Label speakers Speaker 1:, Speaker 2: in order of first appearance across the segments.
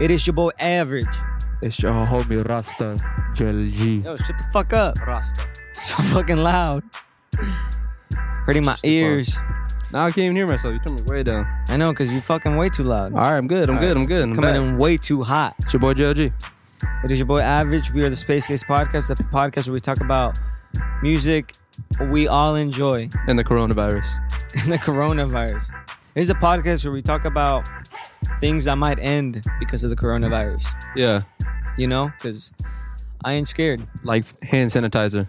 Speaker 1: It is your boy Average.
Speaker 2: It's your homie Rasta, Joel G.
Speaker 1: Yo, shut the fuck up.
Speaker 2: Rasta.
Speaker 1: So fucking loud. Hurting my
Speaker 2: Just the
Speaker 1: ears.
Speaker 2: Now I can't even hear myself. You turned me way down.
Speaker 1: I know, cause you fucking way too loud.
Speaker 2: All right, I'm good. I'm good. I'm good. I'm
Speaker 1: Coming
Speaker 2: back.
Speaker 1: in way too hot.
Speaker 2: It's your boy Joel G.
Speaker 1: It is your boy Average. We are the Space Case Podcast, the podcast where we talk about music we all enjoy
Speaker 2: And the coronavirus.
Speaker 1: and the coronavirus. It is a podcast where we talk about things that might end because of the coronavirus.
Speaker 2: Yeah.
Speaker 1: You know, cause I ain't scared.
Speaker 2: Like hand sanitizer.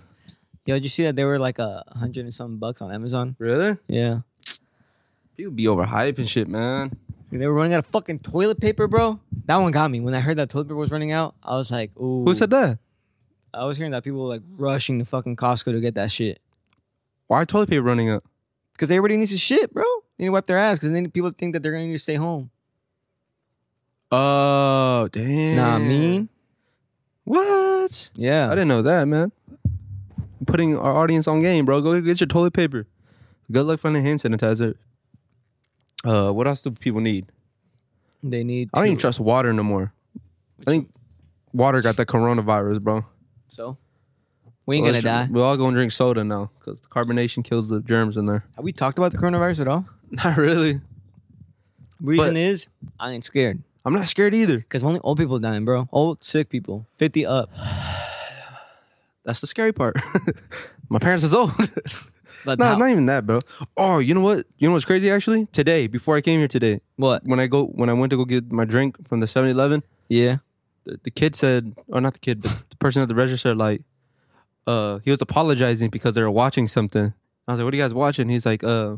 Speaker 1: Yo, did you see that they were like a hundred and something bucks on Amazon?
Speaker 2: Really?
Speaker 1: Yeah.
Speaker 2: People be overhyped and shit, man.
Speaker 1: They were running out of fucking toilet paper, bro. That one got me. When I heard that toilet paper was running out, I was like, ooh.
Speaker 2: Who said that?
Speaker 1: I was hearing that people were like rushing to fucking Costco to get that shit.
Speaker 2: Why are toilet paper running up?
Speaker 1: Because everybody needs to shit, bro. They need to wipe their ass because then people think that they're going to need to stay home.
Speaker 2: Oh, damn.
Speaker 1: Nah, I mean?
Speaker 2: What? I
Speaker 1: Yeah.
Speaker 2: didn't know that, man. Putting our audience on game, bro. Go get your toilet paper. Good luck finding hand sanitizer. Uh, what else do people need?
Speaker 1: They need
Speaker 2: I don't even
Speaker 1: to-
Speaker 2: trust water no more. I think water got the coronavirus, bro.
Speaker 1: So? We ain't going to
Speaker 2: Let's-
Speaker 1: die.
Speaker 2: We all gonna drink soda now because the carbonation kills the germs in there.
Speaker 1: Have we talked about the coronavirus at all?
Speaker 2: Not really.
Speaker 1: Reason
Speaker 2: But-
Speaker 1: is, I ain't scared.
Speaker 2: I'm not scared either.
Speaker 1: Because only old people dying, bro. Old, sick people. 50 up.
Speaker 2: That's the scary part. My parents is old.
Speaker 1: But
Speaker 2: no,
Speaker 1: how-
Speaker 2: not even that, bro. Oh, you know what? You know what's crazy actually? Today, before I came here today,
Speaker 1: What?
Speaker 2: when I go when I went to go get my drink from the 7-Eleven,
Speaker 1: Yeah.
Speaker 2: the, the kid said, or not the kid, but the person at the register, like, uh, he was apologizing because they were watching something. I was like, "What are you guys watching?" He's like, "Uh,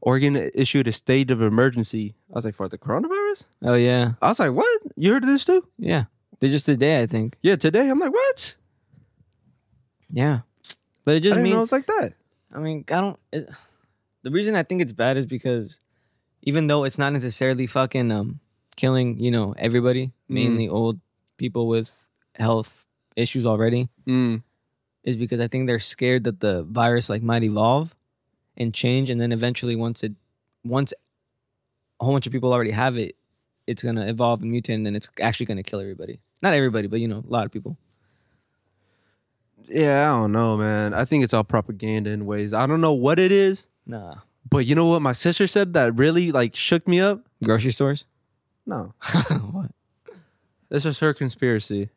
Speaker 2: Oregon issued a state of emergency." I was like, "For the coronavirus?"
Speaker 1: Oh, yeah.
Speaker 2: I was like, "What? You heard of this too?"
Speaker 1: Yeah. They just today, I think.
Speaker 2: Yeah, today. I'm like, "What?"
Speaker 1: Yeah. But it
Speaker 2: I
Speaker 1: just
Speaker 2: didn't
Speaker 1: means
Speaker 2: know it was like that.
Speaker 1: I mean, I don't. It, the reason I think it's bad is because even though it's not necessarily fucking um, killing, you know, everybody, mainly old people with health issues already,
Speaker 2: Mm.
Speaker 1: is because I think they're scared that the virus like might evolve and change, and then eventually once it, once a whole bunch of people already have it, it's gonna evolve and mutate, and then it's actually gonna kill everybody. Not everybody, but you know, a lot of people.
Speaker 2: Yeah, I don't know, man. I think it's all propaganda in ways. I don't know what it is,
Speaker 1: Nah,
Speaker 2: but you know what? My sister said that really like shook me up.
Speaker 1: grocery stores.
Speaker 2: No,
Speaker 1: what?
Speaker 2: this is her conspiracy.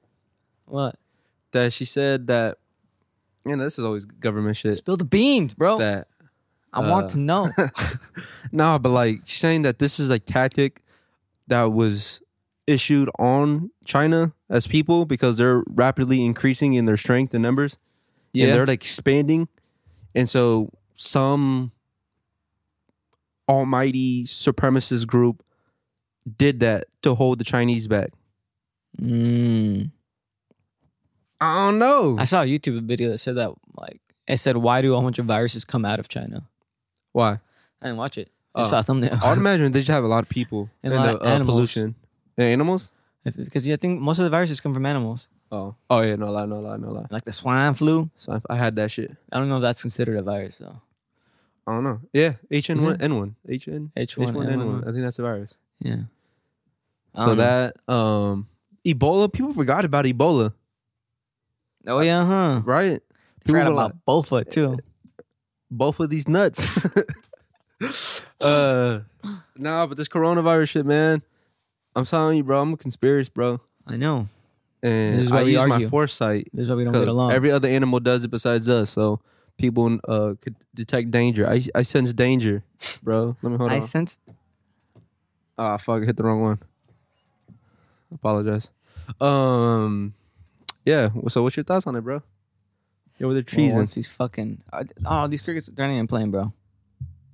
Speaker 1: What?
Speaker 2: that she said that you know this is always government shit
Speaker 1: Spill the beans, bro.
Speaker 2: that
Speaker 1: I want
Speaker 2: uh,
Speaker 1: to know.
Speaker 2: nah but like she's saying that this is a tactic that was issued on china as people because they're rapidly increasing in their strength and numbers and they're like expanding and so some almighty supremacist group did that to hold the chinese back
Speaker 1: Mm.
Speaker 2: i don't know
Speaker 1: I saw a YouTube video that said that, like, it said, why do a bunch of viruses come out of China?
Speaker 2: why
Speaker 1: I didn't watch it. I
Speaker 2: Oh.
Speaker 1: saw a thumbnail.
Speaker 2: i'd imagine they just have a lot of people
Speaker 1: And
Speaker 2: and,
Speaker 1: a lot
Speaker 2: the
Speaker 1: of
Speaker 2: uh,
Speaker 1: animals.
Speaker 2: pollution Yeah, animals
Speaker 1: Because I think most of the viruses come from animals,
Speaker 2: Oh, oh yeah, no lie, no lie, no lie.
Speaker 1: like the swine flu.
Speaker 2: So I, I had that shit.
Speaker 1: I don't know if that's considered a virus, though.
Speaker 2: I don't know. Yeah, HN one N one HN
Speaker 1: H1N1.
Speaker 2: I think that's a virus.
Speaker 1: Yeah. I
Speaker 2: So
Speaker 1: don't know.
Speaker 2: that um Ebola, people forgot about Ebola,
Speaker 1: Oh, yeah, huh?
Speaker 2: right? People
Speaker 1: Forgot
Speaker 2: were
Speaker 1: about
Speaker 2: like,
Speaker 1: Bofa, too.
Speaker 2: both of these nuts. uh, nah, but this coronavirus shit, man. I'm telling you, bro. I'm a conspiracy, bro,
Speaker 1: I know.
Speaker 2: and
Speaker 1: This is why
Speaker 2: I
Speaker 1: we
Speaker 2: use
Speaker 1: argue.
Speaker 2: my foresight
Speaker 1: This is why we don't get
Speaker 2: because
Speaker 1: along.
Speaker 2: every other animal does it besides us. So people uh could detect danger. I I sense danger, bro. Let me hold
Speaker 1: I
Speaker 2: on.
Speaker 1: sense.
Speaker 2: Ah, fuck, I hit the wrong one. Apologize. Um, yeah. So, what's your thoughts on it, bro? Yo, with the trees
Speaker 1: Well,
Speaker 2: and
Speaker 1: once these fucking. Oh, these crickets, they're not even playing, bro.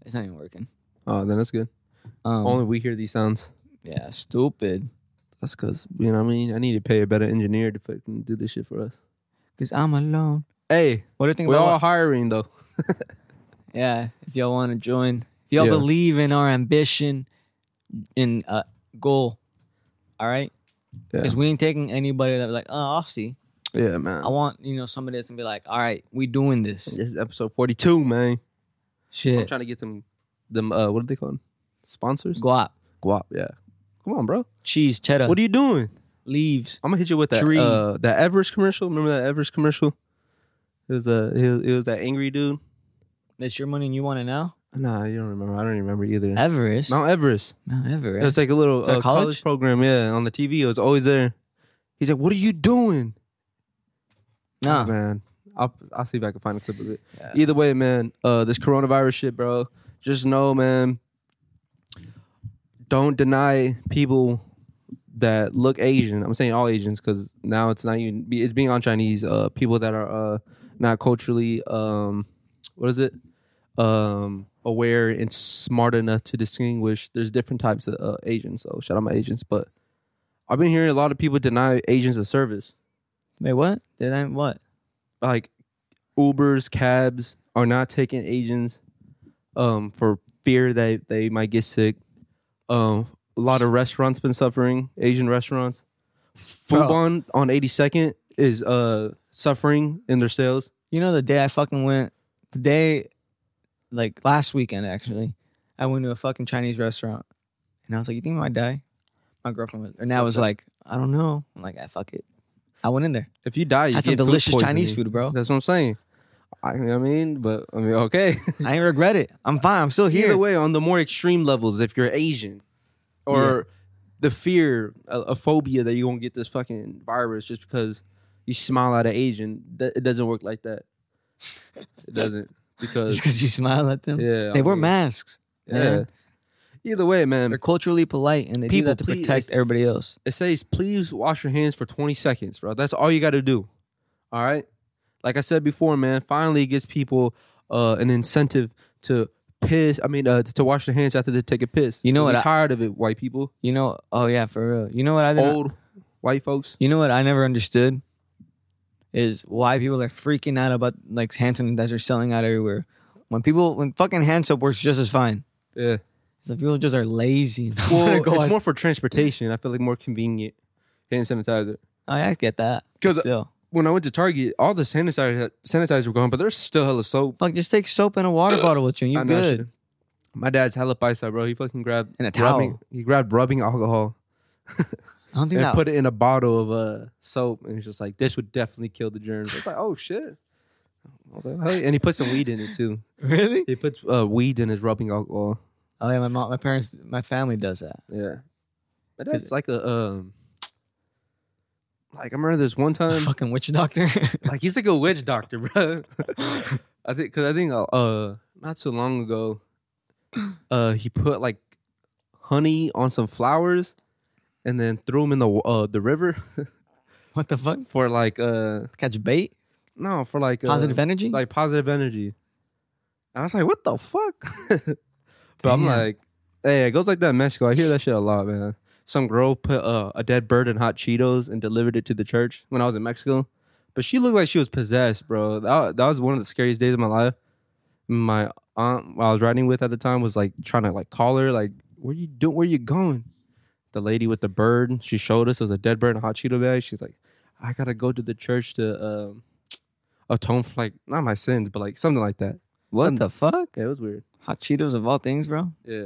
Speaker 1: It's not even working.
Speaker 2: oh, then that's good.
Speaker 1: Um,
Speaker 2: Only we hear these sounds.
Speaker 1: yeah, stupid.
Speaker 2: That's because you know what I mean. I need to pay a better engineer to fucking do this shit for us.
Speaker 1: Because I'm alone.
Speaker 2: Hey,
Speaker 1: What do you think
Speaker 2: we're
Speaker 1: about
Speaker 2: all hiring though.
Speaker 1: Yeah, if y'all want to join, if y'all
Speaker 2: Yeah.
Speaker 1: believe in our ambition and uh, goal, all right?
Speaker 2: Yeah.
Speaker 1: Because we ain't taking anybody that be like, oh, I'll see.
Speaker 2: Yeah, man.
Speaker 1: I want, you know, somebody that's going to be like, all right, we doing this.
Speaker 2: this is episode forty-two, man. I'm
Speaker 1: Shit.
Speaker 2: trying to get them, them. Uh, what are they called? Sponsors?
Speaker 1: Guap.
Speaker 2: Guap. Yeah. Come on, bro.
Speaker 1: Cheese, cheddar,
Speaker 2: What are you doing?
Speaker 1: leaves.
Speaker 2: I'm gonna hit you with that
Speaker 1: Tree.
Speaker 2: uh, that Everest commercial. Remember that Everest commercial? It was a it was, it was that angry dude.
Speaker 1: That's your money and you want it now?
Speaker 2: Nah, you don't remember. I don't even remember either.
Speaker 1: Everest.
Speaker 2: Mount Everest.
Speaker 1: Mount
Speaker 2: It was
Speaker 1: Everest.
Speaker 2: like a little
Speaker 1: Is that
Speaker 2: uh, college?
Speaker 1: college?
Speaker 2: program. Yeah, on the TV. It was always there. He's like, "What are you doing,
Speaker 1: Nah.
Speaker 2: man?" I'll I'll see if I can find a clip of it.
Speaker 1: Yeah.
Speaker 2: Either way, man. Uh, this coronavirus shit, bro. Just know, man. Don't deny people that look Asian. I'm saying all Asians because now it's not even it's being on Chinese. Uh, people that are uh not culturally um what is it um aware and smart enough to distinguish. There's different types of uh, Asians. So shout out my Asians, but I've been hearing a lot of people deny Asians a service
Speaker 1: Wait, what? Did I what?
Speaker 2: like Ubers, cabs are not taking Asians um for fear that they might get sick. Um a lot of restaurants been suffering, Asian restaurants. Fubon on 82nd is uh suffering in their sales.
Speaker 1: You know the day I fucking went the day like last weekend actually, I went to a fucking Chinese restaurant and I was like, You think I might die? My girlfriend was and I was like, I don't know. I'm like, ah, fuck it. I went in there.
Speaker 2: If you die, you
Speaker 1: I had some
Speaker 2: get food
Speaker 1: delicious Chinese
Speaker 2: poisoning.
Speaker 1: food, bro.
Speaker 2: That's what I'm saying. I I mean, but I mean, okay.
Speaker 1: I ain't regret it. I'm fine. I'm still
Speaker 2: Either
Speaker 1: here.
Speaker 2: way, on the more extreme levels, if you're Asian, or the fear, a, a phobia that you won't get this fucking virus just because you smile at an Asian, that, it doesn't work like that. it doesn't because
Speaker 1: Just because you smile at them.
Speaker 2: yeah,
Speaker 1: they
Speaker 2: I
Speaker 1: wear
Speaker 2: mean,
Speaker 1: masks.
Speaker 2: Yeah.
Speaker 1: man.
Speaker 2: Either way, man,
Speaker 1: They're culturally polite and they do
Speaker 2: People,
Speaker 1: that to
Speaker 2: please.
Speaker 1: protect everybody else.
Speaker 2: it says please wash your hands for 20 seconds, bro. That's all you got to do. All right? Like I said before, man, finally it gives people uh, an incentive to piss, I mean uh, to wash their hands after they take a piss.
Speaker 1: You know
Speaker 2: We're
Speaker 1: what I-
Speaker 2: tired of it, white people.
Speaker 1: You know, oh yeah, for real. You know what I did
Speaker 2: Old white folks.
Speaker 1: You know what I never understood is why people are freaking out about like hand sanitizer selling out everywhere. When people, when fucking hand soap works just as fine.
Speaker 2: Yeah.
Speaker 1: So people just are lazy. and don't
Speaker 2: Well,
Speaker 1: wanna
Speaker 2: it's
Speaker 1: go out-
Speaker 2: more for transportation. I feel like more convenient hand sanitizer.
Speaker 1: Oh, yeah, I get that.
Speaker 2: 'Cause- uh,
Speaker 1: still,
Speaker 2: When I went to Target, all the sanitizer sanitizer were gone, but there's still hella soap.
Speaker 1: fuck, just take soap and a water bottle with you, and
Speaker 2: I
Speaker 1: you're
Speaker 2: know I
Speaker 1: good.
Speaker 2: should've. My dad's hella paisa, bro. He fucking grabbed
Speaker 1: And a towel.
Speaker 2: rubbing, he grabbed rubbing alcohol
Speaker 1: I don't think
Speaker 2: and
Speaker 1: that.
Speaker 2: put it in a bottle of uh, soap, and he's just like, "This would definitely kill the germs." I was like, "Oh shit." I was like, "Hey," and he put some weed in it too.
Speaker 1: really?
Speaker 2: He puts uh, weed in his rubbing alcohol.
Speaker 1: Oh yeah, my mom, my parents, my family does that.
Speaker 2: Yeah, my
Speaker 1: Cause-
Speaker 2: dad's like a um, like I remember this one
Speaker 1: A
Speaker 2: time.
Speaker 1: fucking witch doctor.
Speaker 2: like he's like a witch doctor, bro. I think because I think uh not so long ago, uh he put like honey on some flowers, and then threw them in the wa- uh the river
Speaker 1: what the fuck?
Speaker 2: for like uh
Speaker 1: Catch bait?
Speaker 2: no for like uh,
Speaker 1: Positive energy?
Speaker 2: like positive energy. And I was like, what the fuck? but I'm
Speaker 1: Damn.
Speaker 2: like, hey, it goes like that in Mexico. I hear that shit a lot, man. Some girl put uh, a dead bird in hot Cheetos and delivered it to the church when I was in Mexico. But she looked like she was possessed, bro. That, that was one of the scariest days of my life. My aunt, who I was riding with at the time, was like trying to like call her, like, "Where you doing? Where you going?" The lady with the bird, she showed us it was a dead bird in a hot Cheeto bag. She's like, "I gotta go to the church to um, atone for like not my sins, but like something like that."
Speaker 1: what the fuck?
Speaker 2: Yeah, it was weird.
Speaker 1: Hot Cheetos of all things, bro.
Speaker 2: Yeah.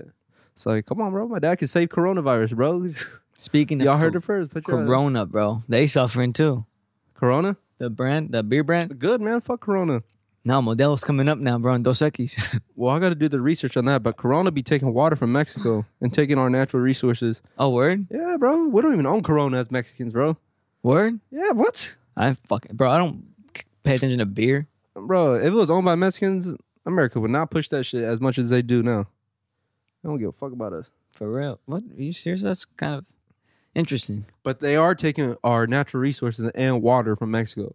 Speaker 2: It's like, come on, bro. My dad can save coronavirus, bro.
Speaker 1: Speaking of
Speaker 2: Y'all heard
Speaker 1: cor-
Speaker 2: it first. Put your-
Speaker 1: Corona, bro. They suffering too.
Speaker 2: Corona?
Speaker 1: The brand, the beer brand.
Speaker 2: Good, man. Fuck Corona.
Speaker 1: No, Modelo's coming up now, bro. And Dos Equis.
Speaker 2: Well, I got to do the research on that, but Corona be taking water from Mexico and taking our natural resources.
Speaker 1: oh, word,
Speaker 2: Yeah, bro. We don't even own Corona as Mexicans, bro.
Speaker 1: word.
Speaker 2: Yeah, what?
Speaker 1: I fucking bro. I don't c- pay attention to beer.
Speaker 2: Bro, if it was owned by Mexicans, America would not push that shit as much as they do now. They don't give a fuck about us.
Speaker 1: For real. What? Are you serious? That's kind of interesting.
Speaker 2: But they are taking our natural resources and water from Mexico.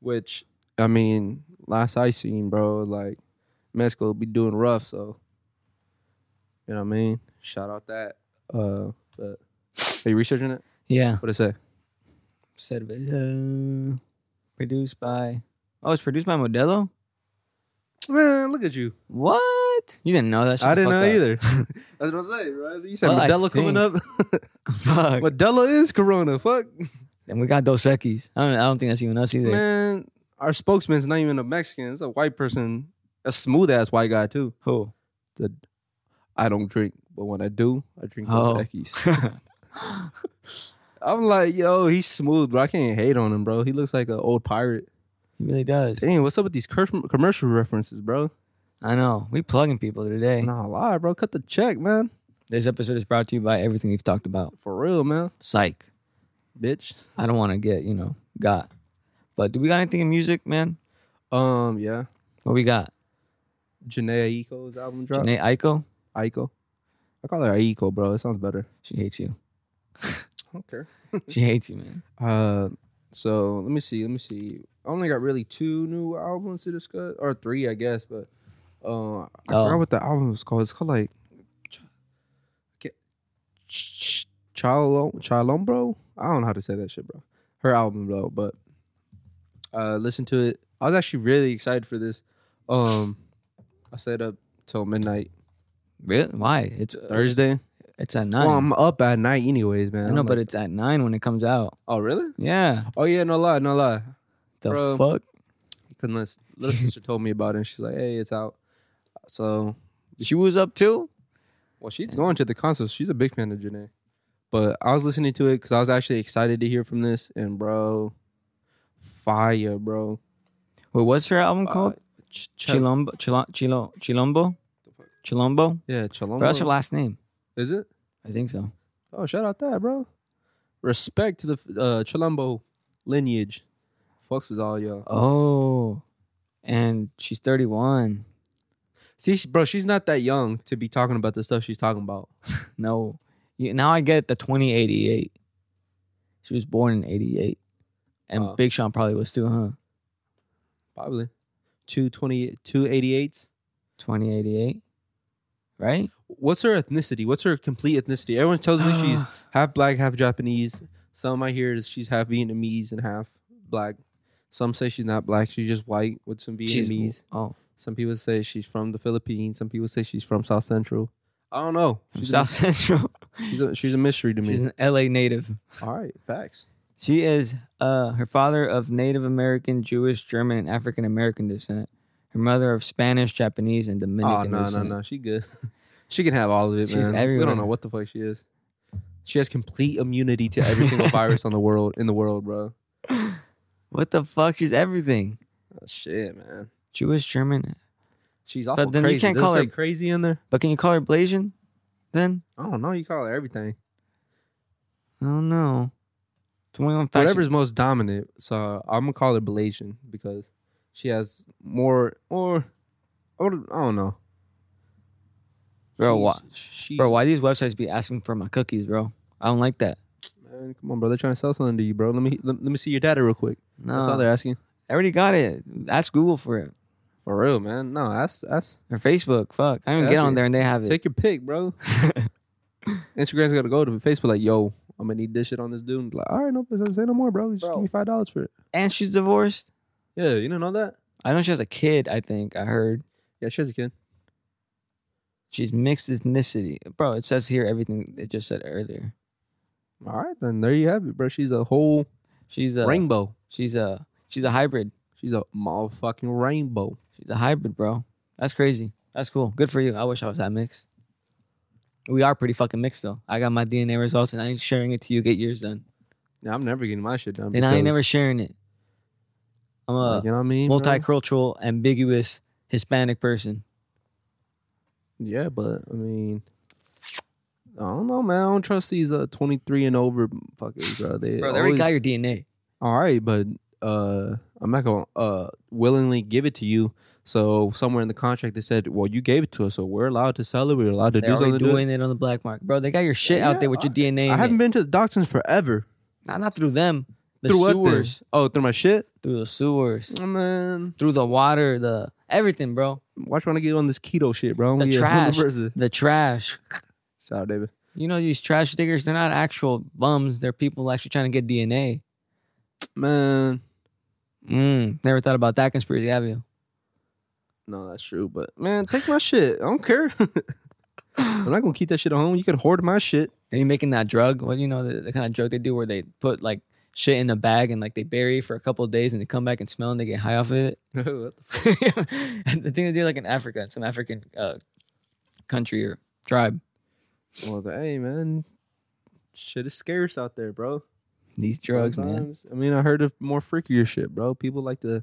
Speaker 2: Which I mean, last I seen, bro, like Mexico be doing rough, so you know what I mean? Shout out that. Uh but are you researching it?
Speaker 1: Yeah.
Speaker 2: What it say?
Speaker 1: Said uh, produced by. Oh, it's produced by Modelo.
Speaker 2: Man, look at you.
Speaker 1: What? You didn't know that? Shut
Speaker 2: I
Speaker 1: the
Speaker 2: didn't
Speaker 1: fuck
Speaker 2: know
Speaker 1: up.
Speaker 2: either. That's what I say, right? You said
Speaker 1: Well, I
Speaker 2: Modelo coming
Speaker 1: think-
Speaker 2: up.
Speaker 1: Fuck.
Speaker 2: Modelo is Corona. Fuck.
Speaker 1: And we got Dos Equis. I don't. I don't think that's even us either.
Speaker 2: Man, our spokesman's not even a Mexican, it's a white person. A smooth ass white guy too.
Speaker 1: Who?
Speaker 2: the I don't drink But when I do, I drink
Speaker 1: Oh.
Speaker 2: those Eckies. I'm like, yo, he's smooth, bro. I can't hate on him, bro. He looks like an old pirate.
Speaker 1: He really does.
Speaker 2: Dang, what's up with these cur- commercial references, bro?
Speaker 1: I know. We plugging people today.
Speaker 2: Nah, lie, bro. Cut the check, man.
Speaker 1: This episode is brought to you by everything we've talked about.
Speaker 2: For real, man.
Speaker 1: Psych.
Speaker 2: Bitch.
Speaker 1: I don't want to get you know got. But do we got anything in music, man?
Speaker 2: Um, yeah.
Speaker 1: What we got?
Speaker 2: Janae Aiko's album drop.
Speaker 1: Janae Aiko.
Speaker 2: Aiko. I call her Aiko, bro. It sounds better.
Speaker 1: She hates you.
Speaker 2: Okay.
Speaker 1: She hates you, man.
Speaker 2: Uh, so let me see. Let me see. I only got really two new albums to discuss, or three, I guess. But uh, I
Speaker 1: Oh.
Speaker 2: forgot what the album was called. It's called like Ch- Ch- Chalo Chalombro. I don't know how to say that shit, bro. Her album, bro. But uh, listen to it. I was actually really excited for this. Um, I stayed up till midnight
Speaker 1: Really? Why? It's uh,
Speaker 2: Thursday.
Speaker 1: it's at
Speaker 2: Well,
Speaker 1: nine.
Speaker 2: I'm up at night, anyways, man.
Speaker 1: I know,
Speaker 2: I'm
Speaker 1: but
Speaker 2: like,
Speaker 1: it's at nine when it comes out.
Speaker 2: oh really?
Speaker 1: Yeah.
Speaker 2: Oh yeah, no lie, no lie.
Speaker 1: The
Speaker 2: Bro.
Speaker 1: fuck.
Speaker 2: because my s- little sister told me about it and she's like, hey, it's out. So,
Speaker 1: She was up too.
Speaker 2: well, she's going to the concert. She's a big fan of Janae. But I was listening to it because I was actually excited to hear from this. And, bro, fire, bro.
Speaker 1: Wait, what's her album
Speaker 2: Uh,
Speaker 1: called?
Speaker 2: Ch- Ch-
Speaker 1: Chilombo. Chilo, Chilo, Chilombo. Chilombo.
Speaker 2: yeah,
Speaker 1: Bro,
Speaker 2: Chalombo.
Speaker 1: that's her last name.
Speaker 2: Is it?
Speaker 1: I think so.
Speaker 2: Oh, shout out that, bro. Respect to the uh, Chalombo lineage. Fucks with all y'all.
Speaker 1: Oh, and she's thirty-one.
Speaker 2: See, she- bro, she's not that young to be talking about the stuff she's talking about.
Speaker 1: No, you, now I get the twenty eighty-eight. She was born in eighty-eight, and
Speaker 2: Oh.
Speaker 1: Big Sean probably was too, huh?
Speaker 2: Probably. 220, 288s.
Speaker 1: Twenty eighty-eight, right?
Speaker 2: What's her ethnicity? What's her complete ethnicity? Everyone tells me she's
Speaker 1: Ah.
Speaker 2: half black, half Japanese. Some I hear is she's half Vietnamese and half black. Some say she's not black; she's just white with some
Speaker 1: She's-
Speaker 2: Vietnamese.
Speaker 1: Oh,
Speaker 2: Some people say she's from the Philippines. Some people say she's from South Central. I don't know.
Speaker 1: from
Speaker 2: She's
Speaker 1: South Central.
Speaker 2: A, she's, a, she's a mystery to me.
Speaker 1: She's an LA native.
Speaker 2: All right, facts.
Speaker 1: She is uh, her father of Native American, Jewish, German, and African American descent. Her mother of Spanish, Japanese, and
Speaker 2: Oh
Speaker 1: Dominican
Speaker 2: no, no,
Speaker 1: descent.
Speaker 2: no. She good. she can have all of it,
Speaker 1: She's
Speaker 2: man. We
Speaker 1: everywhere.
Speaker 2: don't know what the fuck she is. She has complete immunity to every single virus on the world in the world, bro.
Speaker 1: What the fuck? She's everything.
Speaker 2: Oh, shit, man.
Speaker 1: Jewish, German,
Speaker 2: She's also
Speaker 1: then you
Speaker 2: crazy.
Speaker 1: can't
Speaker 2: Does it
Speaker 1: call her-
Speaker 2: say crazy in there.
Speaker 1: but can you call her Blasian? Then
Speaker 2: I don't know. You call her everything.
Speaker 1: I don't know. Twenty-one facts.
Speaker 2: Whatever's most dominant. So I'm gonna call her Blasian because she has more or I would- I don't know.
Speaker 1: Bro, why-
Speaker 2: She's- she's-
Speaker 1: bro, why these websites be asking for my cookies, bro? I don't like that.
Speaker 2: Man, come on, bro. They're trying to sell something to you, bro. Let me let, let me see your data real quick.
Speaker 1: No,
Speaker 2: That's all they're asking.
Speaker 1: I already got it. Ask Google for it
Speaker 2: For real, man. No, that's that's
Speaker 1: or Facebook. Fuck, I don't even
Speaker 2: That's
Speaker 1: get on
Speaker 2: it.
Speaker 1: there and they have it.
Speaker 2: take your pick, bro. Instagram's gotta go to Facebook like, yo, I'm gonna need this shit on this dude. Like, all right, no, say no more, bro. Just
Speaker 1: Bro.
Speaker 2: give me five dollars for it.
Speaker 1: and she's divorced.
Speaker 2: Yeah, you didn't know that?
Speaker 1: I know she has a kid. I think I heard.
Speaker 2: Yeah, she has a kid.
Speaker 1: She's mixed ethnicity. Bro, it says here everything it just said earlier.
Speaker 2: All right, then there you have it, bro. She's a whole
Speaker 1: She's a
Speaker 2: rainbow.
Speaker 1: she's a she's a hybrid.
Speaker 2: She's a motherfucking rainbow.
Speaker 1: She's a hybrid, bro. That's crazy. That's cool. Good for you. I wish I was that mixed. We are pretty fucking mixed though. I got my DNA results and I ain't sharing it to you. Get yours done.
Speaker 2: Yeah, I'm never getting my shit done.
Speaker 1: And I ain't
Speaker 2: because,
Speaker 1: never sharing it. I'm a
Speaker 2: like, you know what I mean? bro?
Speaker 1: multicultural, ambiguous Hispanic person.
Speaker 2: Yeah, but I mean, I don't know, man. I don't trust these uh 23 and over fuckers, bro. They
Speaker 1: Bro, they already
Speaker 2: always,
Speaker 1: got your DNA.
Speaker 2: all right, but uh, I'm not gonna uh willingly give it to you. So somewhere in the contract they said, well, you gave it to us, so we're allowed to sell it. We're allowed to
Speaker 1: They're
Speaker 2: do something.
Speaker 1: already
Speaker 2: to it."
Speaker 1: doing it on the black market. Bro, they got your shit out
Speaker 2: Yeah,
Speaker 1: there with your DNA.
Speaker 2: I
Speaker 1: in
Speaker 2: haven't
Speaker 1: it.
Speaker 2: been to the doctor in forever.
Speaker 1: Not, not through them. The
Speaker 2: through what then?
Speaker 1: sewers.
Speaker 2: Oh, through my shit,
Speaker 1: Through the sewers.
Speaker 2: Oh, man.
Speaker 1: through the water, the everything, bro.
Speaker 2: Watch when I get on this keto shit, bro. I'm
Speaker 1: The
Speaker 2: gonna get
Speaker 1: trash.
Speaker 2: 100%.
Speaker 1: The trash.
Speaker 2: Shout out, David.
Speaker 1: You know these trash diggers, they're not actual bums. They're people actually trying to get DNA.
Speaker 2: Man,
Speaker 1: Mm, never thought about that conspiracy, have you?
Speaker 2: no, that's true. But man, take my shit. I don't care. I'm not gonna keep that shit at home. You can hoard my shit.
Speaker 1: Then you making that drug. Well, you know the, the kind of drug they do where they put like shit in a bag and like they bury it for a couple of days and they come back and smell and they get high off of it.
Speaker 2: what the fuck?
Speaker 1: and the thing they do like in Africa, in some African uh, country or tribe,
Speaker 2: Well, hey man, shit is scarce out there, bro.
Speaker 1: These drugs, man.
Speaker 2: Sometimes- I mean, I heard of more freakier shit, bro. People like to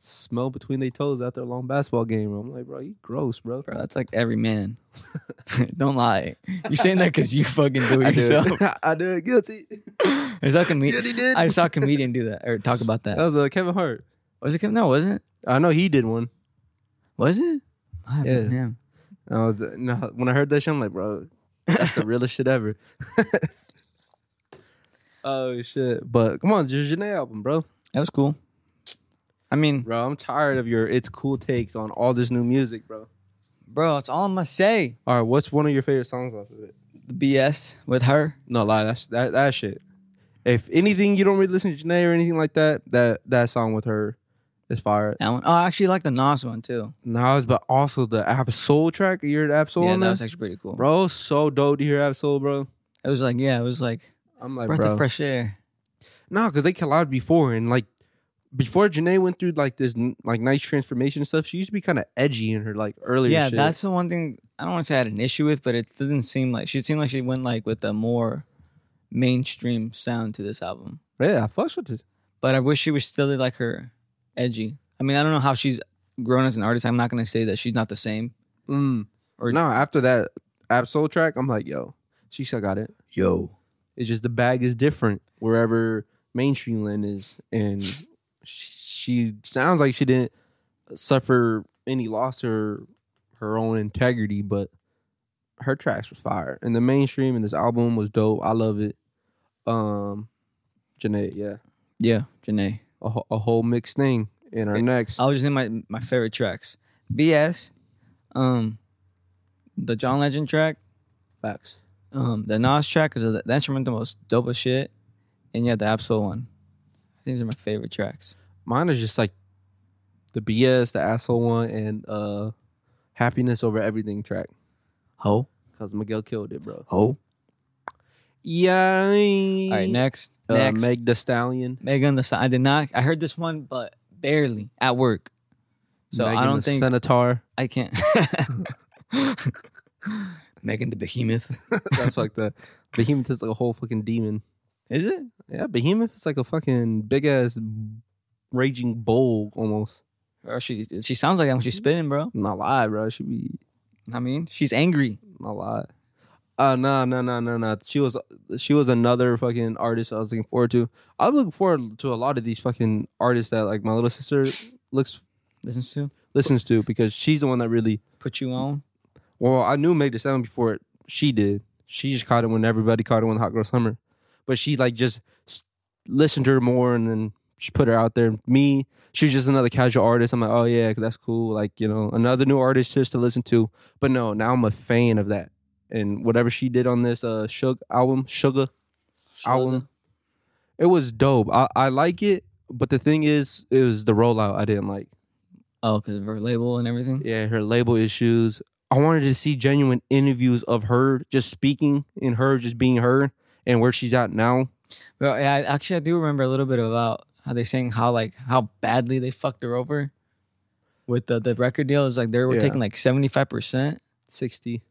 Speaker 2: smell between their toes after a long basketball game. I'm like, bro, you gross, bro.
Speaker 1: Bro, that's like every man. Don't lie. You're saying that because you fucking do
Speaker 2: I
Speaker 1: it
Speaker 2: do.
Speaker 1: yourself.
Speaker 2: it. I do it. Guilty.
Speaker 1: I saw, comed-
Speaker 2: Guilty did.
Speaker 1: I saw a comedian do that or talk about
Speaker 2: that
Speaker 1: that.
Speaker 2: was uh, Kevin Hart.
Speaker 1: Was it? Kim? No, wasn't it?
Speaker 2: I know he did one.
Speaker 1: Was it? I
Speaker 2: Yeah.
Speaker 1: yeah.
Speaker 2: And I was, uh, no, when I heard that shit, I'm like, bro, that's the realest shit ever. oh shit! But come on, your Janae album, bro.
Speaker 1: That was cool. I mean,
Speaker 2: Bro, I'm tired of your it's cool takes on all this new music, bro.
Speaker 1: bro, it's all I'm gonna say.
Speaker 2: All right, what's one of your favorite songs off of it?
Speaker 1: The BS with her.
Speaker 2: No lie, that's that that shit. If anything, you don't really listen to Janae or anything like that. That that song with her is fire.
Speaker 1: That one. Oh, I actually like the Nas one too.
Speaker 2: Nas, but also the Absol track. You heard Absol
Speaker 1: yeah,
Speaker 2: on
Speaker 1: that
Speaker 2: there,
Speaker 1: was actually pretty cool.
Speaker 2: bro. So dope to hear Absol, bro.
Speaker 1: It was like, yeah, it was like
Speaker 2: I'm like,
Speaker 1: breath
Speaker 2: bro,
Speaker 1: of fresh air.
Speaker 2: nah, because they collabed before and like before Janae went through like this n- like nice transformation and stuff. She used to be kind of edgy in her like earlier.
Speaker 1: Yeah,
Speaker 2: shit.
Speaker 1: that's the one thing I don't want to say I had an issue with, but it doesn't seem like she seemed like she went like with a more mainstream sound to this album.
Speaker 2: yeah, I fucks with it.
Speaker 1: But I wish she was still like her edgy. I mean, I don't know how she's grown as an artist. I'm not gonna say that she's not the same.
Speaker 2: Mm.
Speaker 1: Or-
Speaker 2: Or no, after that Absol track, I'm like, yo, she still got it.
Speaker 1: Yo,
Speaker 2: It's just the bag is different wherever mainstream land is, and sh- she sounds like she didn't suffer any loss or her own integrity, but her tracks was fire, and the mainstream and this album was dope. I love it. Um, Janae, yeah,
Speaker 1: yeah, Janae.
Speaker 2: a, wh- a whole mixed thing. And our
Speaker 1: It- oh.
Speaker 2: next,
Speaker 1: I'll just name my my favorite tracks. BS, um, the John Legend track,
Speaker 2: facts.
Speaker 1: um, the Nas track because the, the instrumental was dope as shit, and yeah, the Absol one. I think these are my favorite tracks.
Speaker 2: Mine is just like the BS, the asshole one, and uh, happiness over everything track.
Speaker 1: Ho
Speaker 2: Cause Miguel killed it, bro.
Speaker 1: ho.
Speaker 2: Yeah.
Speaker 1: All right, next,
Speaker 2: Uh,
Speaker 1: next,
Speaker 2: Meg the Stallion.
Speaker 1: Megan the Stallion. I did not. I heard this one, but barely at work, so
Speaker 2: Megan
Speaker 1: I don't
Speaker 2: the
Speaker 1: think
Speaker 2: Senator.
Speaker 1: I can't. Megan the Behemoth.
Speaker 2: That's like the Behemoth is like a whole fucking demon.
Speaker 1: Is it?
Speaker 2: Yeah, Behemoth is like a fucking big ass raging bull almost.
Speaker 1: Or she she sounds like that when she's
Speaker 2: Mm-hmm.
Speaker 1: spinning, bro.
Speaker 2: Not lie, bro. She be
Speaker 1: I mean, she's angry.
Speaker 2: not lie. Uh no no no no no. She was she was another fucking artist I was looking forward to. I look forward to a lot of these fucking artists that like my little sister looks
Speaker 1: Listens to
Speaker 2: listens to because she's the one that really
Speaker 1: put you on.
Speaker 2: Well, I knew Meg the Stallion before she did. She just caught it when everybody caught it when Hot Girl Summer. But she like just s- listened to her more and then she put her out there. Me, she was just another casual artist. I'm like, oh yeah, that's cool. Like you know, another new artist just to listen to. But no, now I'm a fan of that. And whatever she did on this uh Sugar album, Sugar album, it was dope. I I like it. But the thing is, it was the rollout I didn't like.
Speaker 1: Oh, because of her label and everything.
Speaker 2: Yeah, her label issues. I wanted to see genuine interviews of her just speaking and her just being her and where she's at now.
Speaker 1: Well, yeah, I, actually, I do remember a little bit about how they saying how like how badly they fucked her over with the, the record deal. It was like they were
Speaker 2: Yeah.
Speaker 1: taking like seventy five percent.
Speaker 2: 60,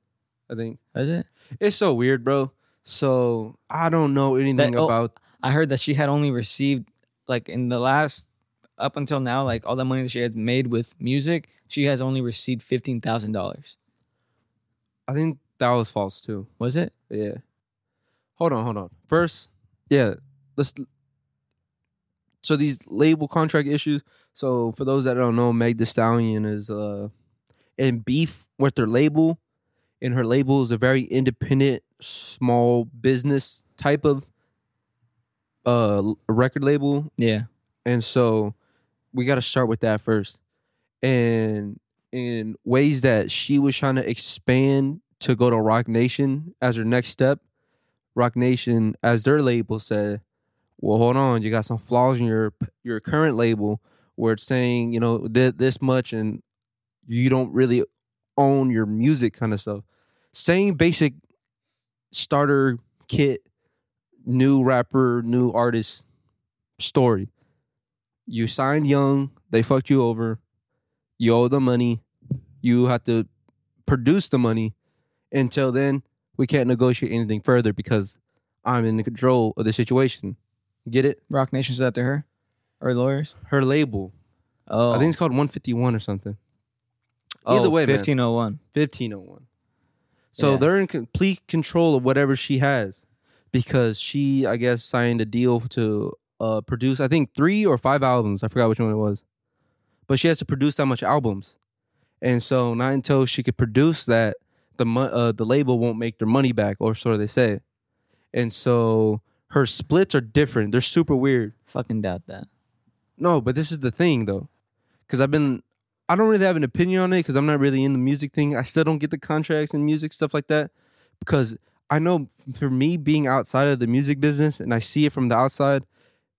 Speaker 2: I think.
Speaker 1: Was it?
Speaker 2: It's so weird, bro. So I don't know anything
Speaker 1: That- oh.
Speaker 2: about.
Speaker 1: I heard that she had only received like in the last up until now, like all the money that she had made with music, she has only received fifteen thousand dollars.
Speaker 2: I think that was false too.
Speaker 1: Was it?
Speaker 2: Yeah. Hold on, hold on. First, yeah, let's. So these label contract issues. So for those that don't know, Meg The Stallion is uh in beef with her label, and her label is a very independent, small business type of uh l- record label
Speaker 1: Yeah.
Speaker 2: and so we got to start with that first. And in ways that she was trying to expand to go to Rock Nation as her next step, Rock Nation, as their label said, well, hold on, you got some flaws in your your current label where it's saying, you know, th- this much and you don't really own your music kind of stuff. Same basic starter kit, new rapper, new artist story you signed young, they fucked you over, you owe them money, you have to produce the money. Until then, we can't negotiate anything further because I'm in control of the situation. Get it?
Speaker 1: Rock Nation's after her, or lawyers.
Speaker 2: Her label.
Speaker 1: Oh,
Speaker 2: I think it's called 151 or something.
Speaker 1: oh,
Speaker 2: either way, man.
Speaker 1: 1501.
Speaker 2: 1501. So
Speaker 1: Yeah.
Speaker 2: they're in complete control of whatever she has because she, I guess, signed a deal to uh, produce, I think, three or five albums. I forgot which one it was. But she has to produce that much albums. And so not until she could produce that, the, mo- uh, the label won't make their money back, or so they say. And so her splits are different. They're super weird.
Speaker 1: Fucking doubt that.
Speaker 2: No, but this is the thing though, because I've been, I don't really have an opinion on it because I'm not really in the music thing. I still don't get the contracts and music stuff like that because I know for me being outside of the music business and I see it from the outside.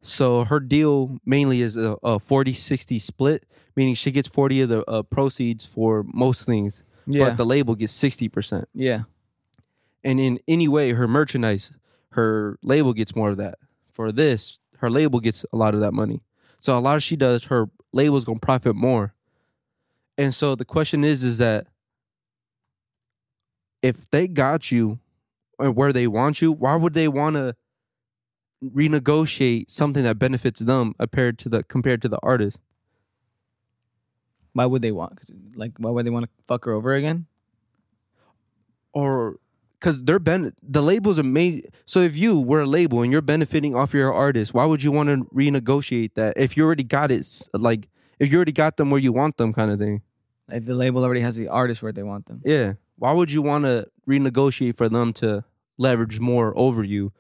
Speaker 2: So her deal mainly is a, a 40 60 split, meaning she gets 40 of the uh, proceeds for most things,
Speaker 1: Yeah,
Speaker 2: but the label gets 60%.
Speaker 1: yeah,
Speaker 2: And in any way, her merchandise, her label gets more of that. For this, her label gets a lot of that money. So a lot of she does, her label's gonna profit more. And so the question is, is that if they got you or where they want you, why would they wanna renegotiate something that benefits them compared to the compared to the artist?
Speaker 1: Why would they want? 'cause, Like, why would they want to fuck her over again?
Speaker 2: or because they're ben the labels are made so if you were a label and you're benefiting off your artist why would you want to renegotiate that if you already got it s- like if you already got them where you want them kind of thing
Speaker 1: If the label already has the artist where they want them.
Speaker 2: yeah why would you want to renegotiate for them to leverage more over you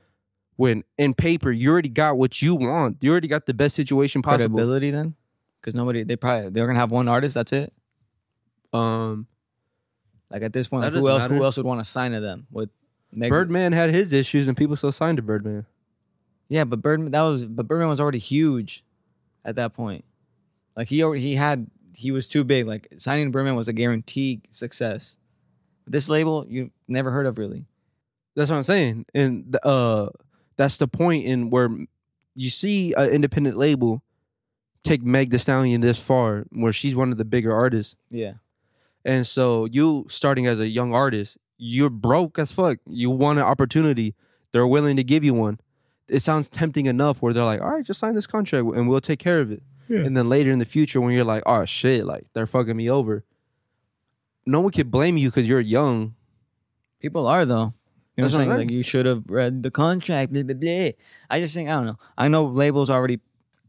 Speaker 2: when in paper you already got what you want you already got the best situation possible
Speaker 1: Credibility then, because nobody they probably they're gonna have one artist. That's it.
Speaker 2: um
Speaker 1: Like at this point,
Speaker 2: That
Speaker 1: like, who
Speaker 2: doesn't
Speaker 1: else?
Speaker 2: matter.
Speaker 1: Who else would want to sign to them with Meg-
Speaker 2: birdman had his issues and people still signed to birdman
Speaker 1: Yeah, but Birdman that was but Birdman was already huge at that point. Like he already he had he was too big. Like signing Birdman was a guaranteed success. This label you never heard of really.
Speaker 2: That's what I'm saying, and th- uh, that's the point in where m- you see an independent label take Meg The Stallion this far, where she's one of the bigger artists,
Speaker 1: Yeah.
Speaker 2: and so you starting as a young artist, you're broke as fuck. You want an opportunity, they're willing to give you one. It sounds tempting enough where they're like, "All right, just sign this contract and we'll take care of it." And then later in the future, when you're like, "Oh shit, like they're fucking me over," no one can blame you because you're young.
Speaker 1: People are though. You know
Speaker 2: That's
Speaker 1: what I'm
Speaker 2: what I'm
Speaker 1: saying? Like you should have read the contract. Blah, blah, blah. I just think I don't know. I know labels already,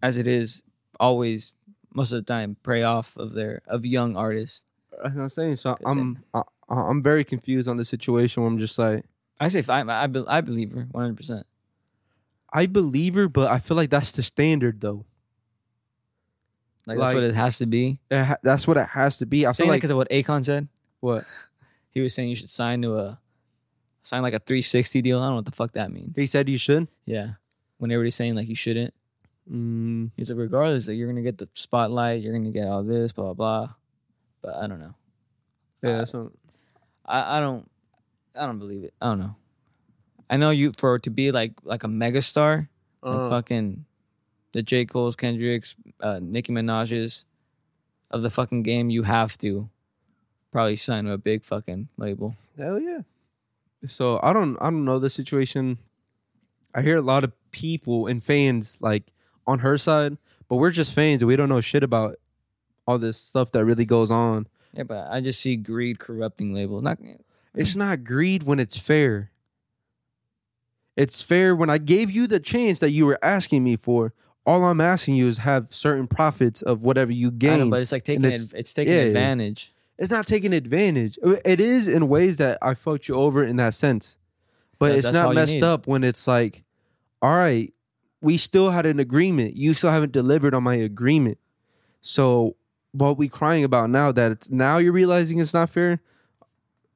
Speaker 1: as it is, always most of the time prey off of their of young artists.
Speaker 2: That's what I'm saying. So
Speaker 1: Good
Speaker 2: I'm I, I'm very confused on the situation. Where I'm just like,
Speaker 1: I say I I, be, I believe her 100. percent
Speaker 2: I believe her, but I feel like that's the standard though.
Speaker 1: Like that's
Speaker 2: Like-
Speaker 1: what it has to be.
Speaker 2: It ha- that's what it has to be. I feel
Speaker 1: Saying that
Speaker 2: like
Speaker 1: because of what Akon said.
Speaker 2: what
Speaker 1: He was saying you should sign to a sign like a 360 deal. I don't know what the fuck that means.
Speaker 2: he said you should.
Speaker 1: Yeah. When everybody's saying like you shouldn't,
Speaker 2: Mm,
Speaker 1: he's like, regardless, like you're gonna get the spotlight, you're gonna get all this, blah blah blah. But I don't know.
Speaker 2: yeah,
Speaker 1: Uh,
Speaker 2: that's what,
Speaker 1: I, I don't I don't believe it. I don't know. I know you for to be like like a megastar, like
Speaker 2: uh,
Speaker 1: fucking the J. Cole's, Kendrick's, uh, Nicki Minaj's of the fucking game, you have to probably sign to a big fucking label.
Speaker 2: hell yeah. So I don't I don't know the situation. I hear a lot of people and fans like on her side, but we're just fans and we don't know shit about all this stuff that really goes on.
Speaker 1: Yeah, but I just see greed corrupting labels. Not
Speaker 2: It's not greed when it's fair. It's fair when I gave you the chance that you were asking me for. All I'm asking you is have certain profits of whatever you
Speaker 1: I know,
Speaker 2: gain.
Speaker 1: but it's like taking
Speaker 2: And it's-
Speaker 1: it's, it's taking
Speaker 2: yeah, yeah.
Speaker 1: advantage.
Speaker 2: It's not taking advantage. It is in ways that I fucked you over in that sense, but
Speaker 1: That-
Speaker 2: it's
Speaker 1: that's all
Speaker 2: not
Speaker 1: you
Speaker 2: messed
Speaker 1: need.
Speaker 2: up when it's like, all right, we still had an agreement. You still haven't delivered on my agreement. So what we crying about now that it's now you're realizing it's not fair.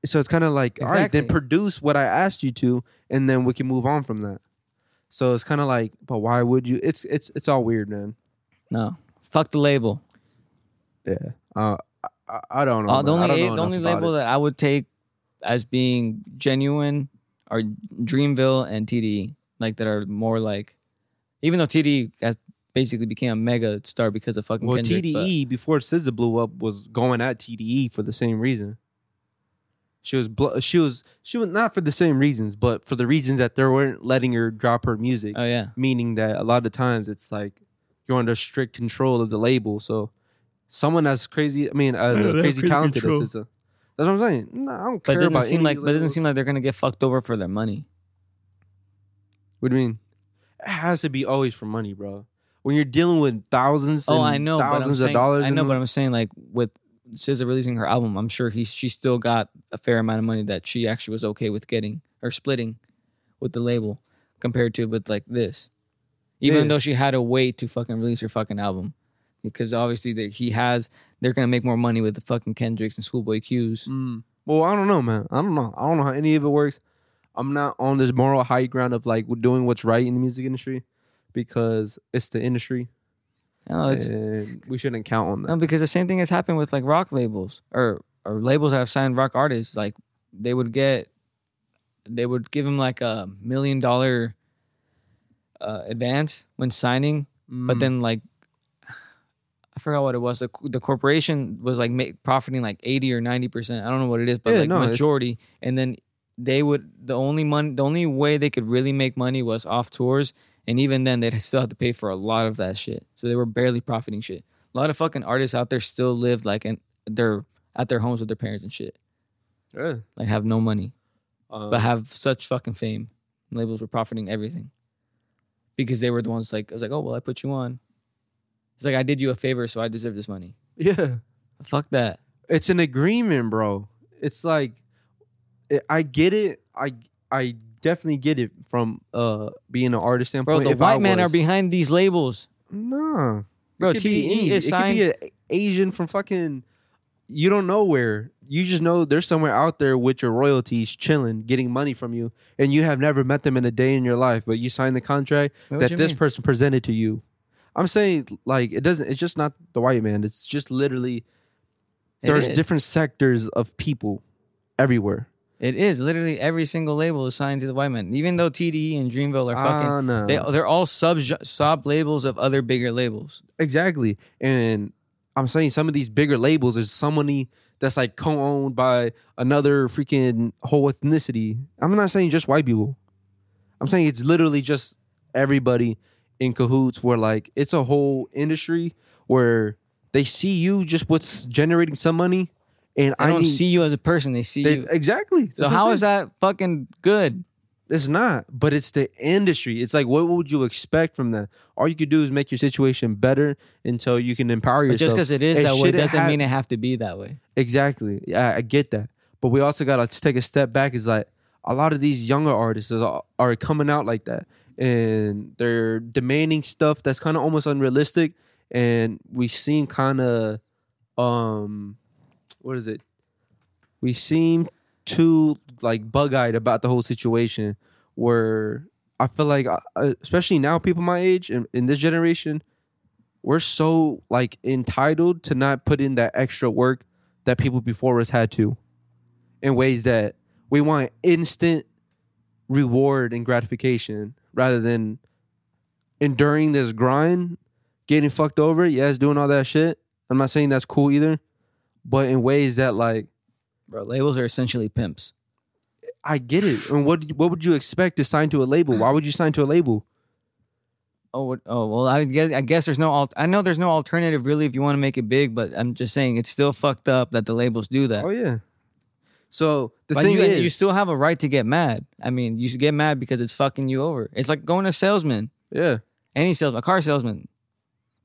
Speaker 2: So it's kind of like, all right, then
Speaker 1: Exactly.
Speaker 2: produce what I asked you to, and then we can move on from that. So it's kind of like, but why would you? It's it's it's all weird, man.
Speaker 1: No, fuck the label.
Speaker 2: Yeah. Uh, I- I, I don't know.
Speaker 1: Uh, the
Speaker 2: man. I
Speaker 1: only
Speaker 2: don't know
Speaker 1: the only
Speaker 2: enough about
Speaker 1: label
Speaker 2: it.
Speaker 1: that I would take as being genuine are Dreamville and TDE, like that are more like, even though TDE has basically became a mega star because of fucking
Speaker 2: Well, E
Speaker 1: Kendrick, but-
Speaker 2: TDE before SZA blew up was going at TDE for the same reason. She was blo- she was she was not for the same reasons, but for the reasons that they weren't letting her drop her music.
Speaker 1: Oh yeah.
Speaker 2: meaning that a lot of times it's like you're under strict control of the label. So someone that's crazy, I mean, as
Speaker 3: They have
Speaker 2: crazy
Speaker 3: crazy
Speaker 2: talented as
Speaker 3: control.
Speaker 2: it's a, that's what I'm saying. No, I don't
Speaker 1: But
Speaker 2: care
Speaker 1: it doesn't
Speaker 2: about
Speaker 1: seem
Speaker 2: any
Speaker 1: like but it doesn't
Speaker 2: labels.
Speaker 1: seem like they're gonna get fucked over for their money.
Speaker 2: What do you mean? It has to be always for money, bro. When you're dealing with thousands,
Speaker 1: Oh,
Speaker 2: and
Speaker 1: I know. but I'm
Speaker 2: thousands
Speaker 1: saying,
Speaker 2: of dollars.
Speaker 1: I know, but I'm saying like with SZA releasing her album, I'm sure he she still got a fair amount of money that she actually was okay with getting or splitting with the label compared to with like this. Even
Speaker 2: Yeah.
Speaker 1: though she had to wait to fucking release her fucking album, because obviously that he has, they're gonna make more money with the fucking Kendricks and Schoolboy Q's.
Speaker 2: Mm. Well, I don't know, man. I don't know. I don't know how any of it works. I'm not on this moral high ground of like doing what's right in the music industry because it's the industry,
Speaker 1: No, Oh, it's
Speaker 2: and we shouldn't count on that.
Speaker 1: no, because the same thing has happened with like rock labels or or labels that have signed rock artists. Like they would get, they would give him like a million dollar uh, advance when signing, Um, but
Speaker 2: Mm.
Speaker 1: then like I forgot what it was. The, the corporation was like make, profiting like eighty or ninety percent. I don't know what it is, but
Speaker 2: Yeah,
Speaker 1: like
Speaker 2: no, it's-
Speaker 1: majority. And then they would the only money, the only way they could really make money was off tours, and even then they'd still have to pay for a lot of that shit. So they were barely profiting shit. A lot of fucking artists out there still live like in their at their homes with their parents and shit.
Speaker 2: Mm. Yeah.
Speaker 1: Like have no money,
Speaker 2: Um,
Speaker 1: but have such fucking fame. Labels were profiting everything because they were the ones like I was like, oh well, I put you on. It's like I did you a favor, so I deserve this money.
Speaker 2: yeah.
Speaker 1: Fuck that.
Speaker 2: it's an agreement, bro. It's like it, I get it. I I definitely get it from uh being an artist
Speaker 1: Bro,
Speaker 2: standpoint.
Speaker 1: the
Speaker 2: If I
Speaker 1: white men are
Speaker 2: was-
Speaker 1: behind these labels.
Speaker 2: nah.
Speaker 1: Bro,
Speaker 2: it could be
Speaker 1: TDE
Speaker 2: any-
Speaker 1: is
Speaker 2: it could
Speaker 1: signed.
Speaker 2: be an Asian from fucking you don't know where. You just know they're somewhere out there with your royalties, chilling, getting money from you, and you have never met them in a day in your life, but you signed the contract
Speaker 1: What
Speaker 2: that
Speaker 1: you
Speaker 2: this
Speaker 1: mean?
Speaker 2: person presented to you. I'm saying like it doesn't. It's just not the white man. It's just literally
Speaker 1: It
Speaker 2: there's
Speaker 1: is.
Speaker 2: different sectors of people everywhere.
Speaker 1: It is literally every single label is signed to the white men. Even though TDE and Dreamville are fucking,
Speaker 2: Ah, no.
Speaker 1: they they're all sub sub labels of other bigger labels.
Speaker 2: exactly. And I'm saying some of these bigger labels is somebody that's like co-owned by another freaking whole ethnicity. I'm not saying just white people. I'm saying it's literally just everybody in cahoots where like it's a whole industry where they see you just what's generating some money and
Speaker 1: They
Speaker 2: I
Speaker 1: don't
Speaker 2: need-
Speaker 1: see you as a person; they see
Speaker 2: they-
Speaker 1: you.
Speaker 2: exactly.
Speaker 1: So how is that fucking good?
Speaker 2: It's not, but it's the industry. It's like, what would you expect from that? All you could do is make your situation better until you can empower
Speaker 1: But
Speaker 2: yourself.
Speaker 1: just because it is
Speaker 2: It
Speaker 1: that way
Speaker 2: shouldn't
Speaker 1: doesn't
Speaker 2: have-
Speaker 1: mean it have to be that way.
Speaker 2: exactly, yeah, I get that. But we also gotta just take a step back. Is like a lot of these younger artists are, are coming out like that, and they're demanding stuff that's kind of almost unrealistic. And we seem kind of, um, what is it? We seem too like bug eyed about the whole situation. Where I feel like, uh, especially now, people my age and in this generation, we're so like entitled to not put in that extra work that people before us had to, in ways that we want instant reward and gratification rather than enduring this grind, getting fucked over. Yes, doing all that shit. I'm not saying that's cool either, but in ways that like
Speaker 1: Bro, labels are essentially pimps.
Speaker 2: I get it. And what what would you expect to sign to a label? Why would you sign to a label?
Speaker 1: Oh, what, oh well, I guess I guess there's no al- I know there's no alternative really if you want to make it big, but I'm just saying it's still fucked up that the labels do that.
Speaker 2: Oh yeah. So the
Speaker 1: but
Speaker 2: thing
Speaker 1: you,
Speaker 2: is,
Speaker 1: you still have a right to get mad. I mean, you should get mad because it's fucking you over. It's like going to salesman,
Speaker 2: yeah,
Speaker 1: any salesman, a car salesman.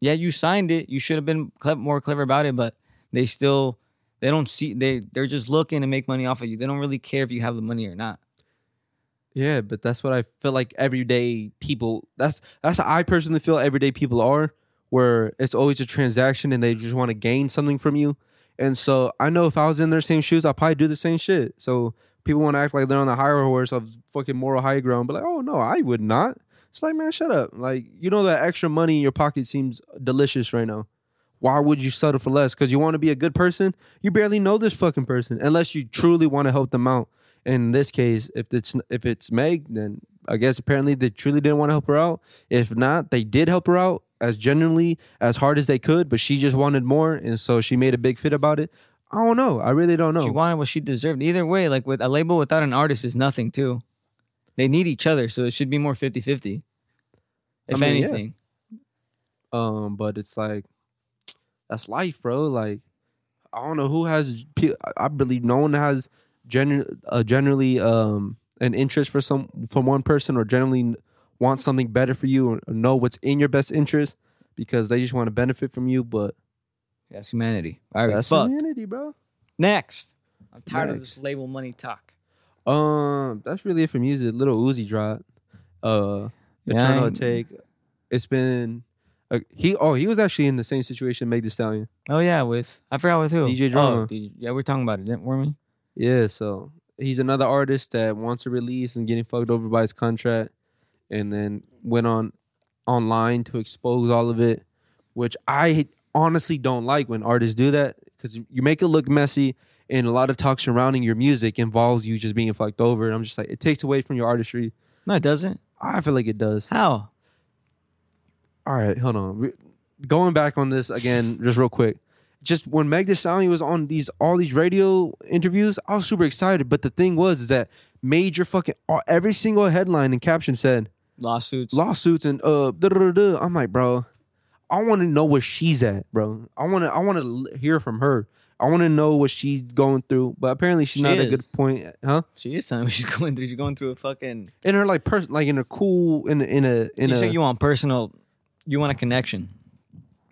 Speaker 1: Yeah, you signed it. You should have been cle- more clever about it, but they still they don't see they they're just looking to make money off of you. They don't really care if you have the money or not.
Speaker 2: yeah. But that's what I feel like everyday people. That's that's how I personally feel everyday people are, where it's always a transaction and they just want to gain something from you. And so I know if I was in their same shoes, I'd probably do the same shit. So people want to act like they're on the higher horse of fucking moral high ground, but like, oh no, I would not. It's like, man, shut up. Like, you know that extra money in your pocket seems delicious right now. Why would you settle for less? Because you want to be a good person? You barely know this fucking person unless you truly want to help them out. In this case, if it's if it's Meg, then I guess apparently they truly didn't want to help her out. If not, they did help her out as genuinely as hard as they could, but she just wanted more, and so she made a big fit about it. I don't know. I really don't know.
Speaker 1: She wanted what she deserved. Either way, like with a label without an artist is nothing too. They need each other, so it should be more 50-50. If
Speaker 2: mean, yeah.
Speaker 1: anything.
Speaker 2: um, but it's like that's life, bro. Like I don't know who has. pe- I believe no one has gener- uh, generally um an interest for some from one person or generally wants something better for you or know what's in your best interest because they just want to benefit from you. But
Speaker 1: That's humanity. All right,
Speaker 2: that's
Speaker 1: fuck.
Speaker 2: humanity, bro.
Speaker 1: Next. I'm tired of
Speaker 2: Next.
Speaker 1: this label money talk.
Speaker 2: Um, that's really it for music. Little Uzi dropped. Uh,
Speaker 1: Yeah,
Speaker 2: Eternal
Speaker 1: I-
Speaker 2: take. It's been. Uh, he oh he was actually in the same situation Meg Thee Stallion
Speaker 1: Oh yeah, with I forgot with who.
Speaker 2: DJ
Speaker 1: Oh,
Speaker 2: Drama.
Speaker 1: DJ yeah, we we're talking about it, didn't we?
Speaker 2: yeah so he's another artist that wants to release and getting fucked over by his contract and then went on online to expose all of it which I honestly don't like when artists do that because you make it look messy and a lot of talk surrounding your music involves you just being fucked over and I'm just like it takes away from your artistry
Speaker 1: No, it doesn't.
Speaker 2: I feel like it does
Speaker 1: How?
Speaker 2: All right, hold on. Re- Going back on this again, just real quick. Just when Meg Thee Stallion was on these all these radio interviews, I was super excited. But the thing was, is that major fucking all- every single headline and caption said
Speaker 1: Lawsuits.
Speaker 2: lawsuits and uh. duh, duh, duh, duh. I'm like, bro, I want to know where she's at, bro. I want to I want to hear from her. I want to know what she's going through. But apparently, she's
Speaker 1: She
Speaker 2: not at a
Speaker 1: is.
Speaker 2: good point, huh?
Speaker 1: she is telling me she's going through. She's going through a fucking.
Speaker 2: In her like person, like in a cool, in a, in a in
Speaker 1: you
Speaker 2: a.
Speaker 1: said you want personal. You want a connection.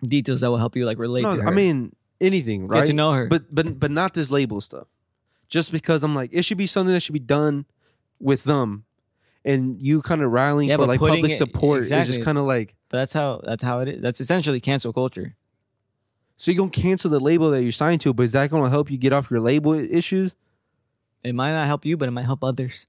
Speaker 1: Details that will help you like relate.
Speaker 2: no,
Speaker 1: to her.
Speaker 2: I mean anything,
Speaker 1: get
Speaker 2: right?
Speaker 1: to know her.
Speaker 2: but but but not this label stuff. Just because I'm like, it should be something that should be done with them, and you kind of rallying
Speaker 1: Yeah,
Speaker 2: for
Speaker 1: but
Speaker 2: like
Speaker 1: putting
Speaker 2: public
Speaker 1: it-
Speaker 2: support is
Speaker 1: exactly.
Speaker 2: just kind of like,
Speaker 1: But that's how that's how it is. That's essentially cancel culture.
Speaker 2: so you're gonna cancel the label that you're signed to, but is that gonna help you get off your label i- issues?
Speaker 1: It might not help you, but it might help others.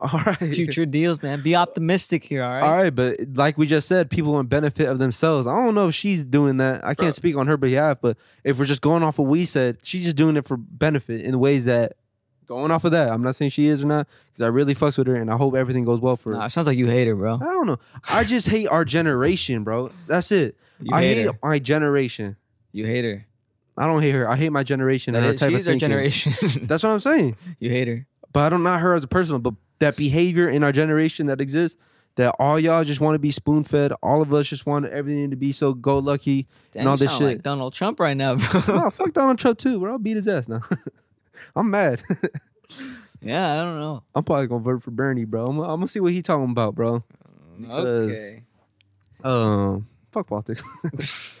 Speaker 2: All right,
Speaker 1: Future deals, man. Be optimistic here. All right.
Speaker 2: All right, but like we just said, people in benefit of themselves. I don't know if she's doing that. I can't speak on her behalf, but if we're just going off what we said, she's just doing it for benefit in ways that going off of that. I'm not saying she is or not, because I really fucks with her and I hope everything goes well for her.
Speaker 1: Nah, it sounds like you hate her, bro.
Speaker 2: I don't know. I just hate our generation, bro. That's it.
Speaker 1: You
Speaker 2: I
Speaker 1: hate
Speaker 2: hate
Speaker 1: her.
Speaker 2: my generation.
Speaker 1: You hate her.
Speaker 2: I don't hate her. I hate my generation and
Speaker 1: That
Speaker 2: her
Speaker 1: is-
Speaker 2: type
Speaker 1: she
Speaker 2: of
Speaker 1: is our
Speaker 2: thinking.
Speaker 1: generation.
Speaker 2: That's what I'm saying.
Speaker 1: you hate her.
Speaker 2: But I don't not her as a person, but that behavior in our generation that exists. That all y'all just want to be spoon fed. All of us just want everything to be so go lucky
Speaker 1: Damn,
Speaker 2: and all
Speaker 1: you
Speaker 2: this
Speaker 1: sound
Speaker 2: shit.
Speaker 1: like Donald Trump right now, bro.
Speaker 2: no, fuck Donald Trump too. Bro, I'll beat his ass now. I'm mad.
Speaker 1: yeah, I don't know.
Speaker 2: I'm probably gonna vote for Bernie, bro. I'm, I'm gonna see what he talking about, bro. Because-
Speaker 1: Okay.
Speaker 2: Um, fuck politics.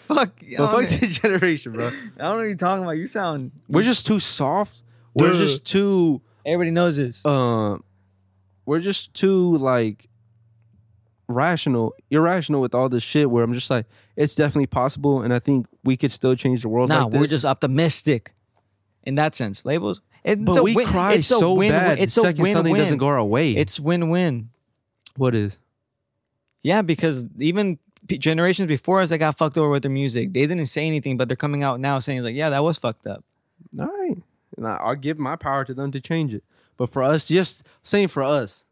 Speaker 1: Fuck. I
Speaker 2: but
Speaker 1: don't,
Speaker 2: fuck
Speaker 1: know,
Speaker 2: the generation, bro.
Speaker 1: I don't know what you're talking about. You sound.
Speaker 2: We're just too soft. We're
Speaker 1: Duh.
Speaker 2: just too
Speaker 1: Everybody knows this.
Speaker 2: um we're just too like rational, irrational with all this shit where I'm just like, it's definitely possible and I think we could still change the world.
Speaker 1: nah,
Speaker 2: like
Speaker 1: we're
Speaker 2: this.
Speaker 1: just optimistic. In that sense, labels. It's
Speaker 2: but
Speaker 1: a
Speaker 2: we
Speaker 1: win-
Speaker 2: cry
Speaker 1: it's a
Speaker 2: so
Speaker 1: win-win-
Speaker 2: bad
Speaker 1: It's
Speaker 2: the
Speaker 1: a
Speaker 2: second
Speaker 1: win-win.
Speaker 2: something doesn't go our way.
Speaker 1: It's win-win.
Speaker 2: what is?
Speaker 1: Yeah, because even p- generations before us that got fucked over with their music, they didn't say anything, but they're coming out now saying like, "Yeah, that was fucked up."
Speaker 2: All right. And I, I'll give my power to them to change it. But for us, just same for us.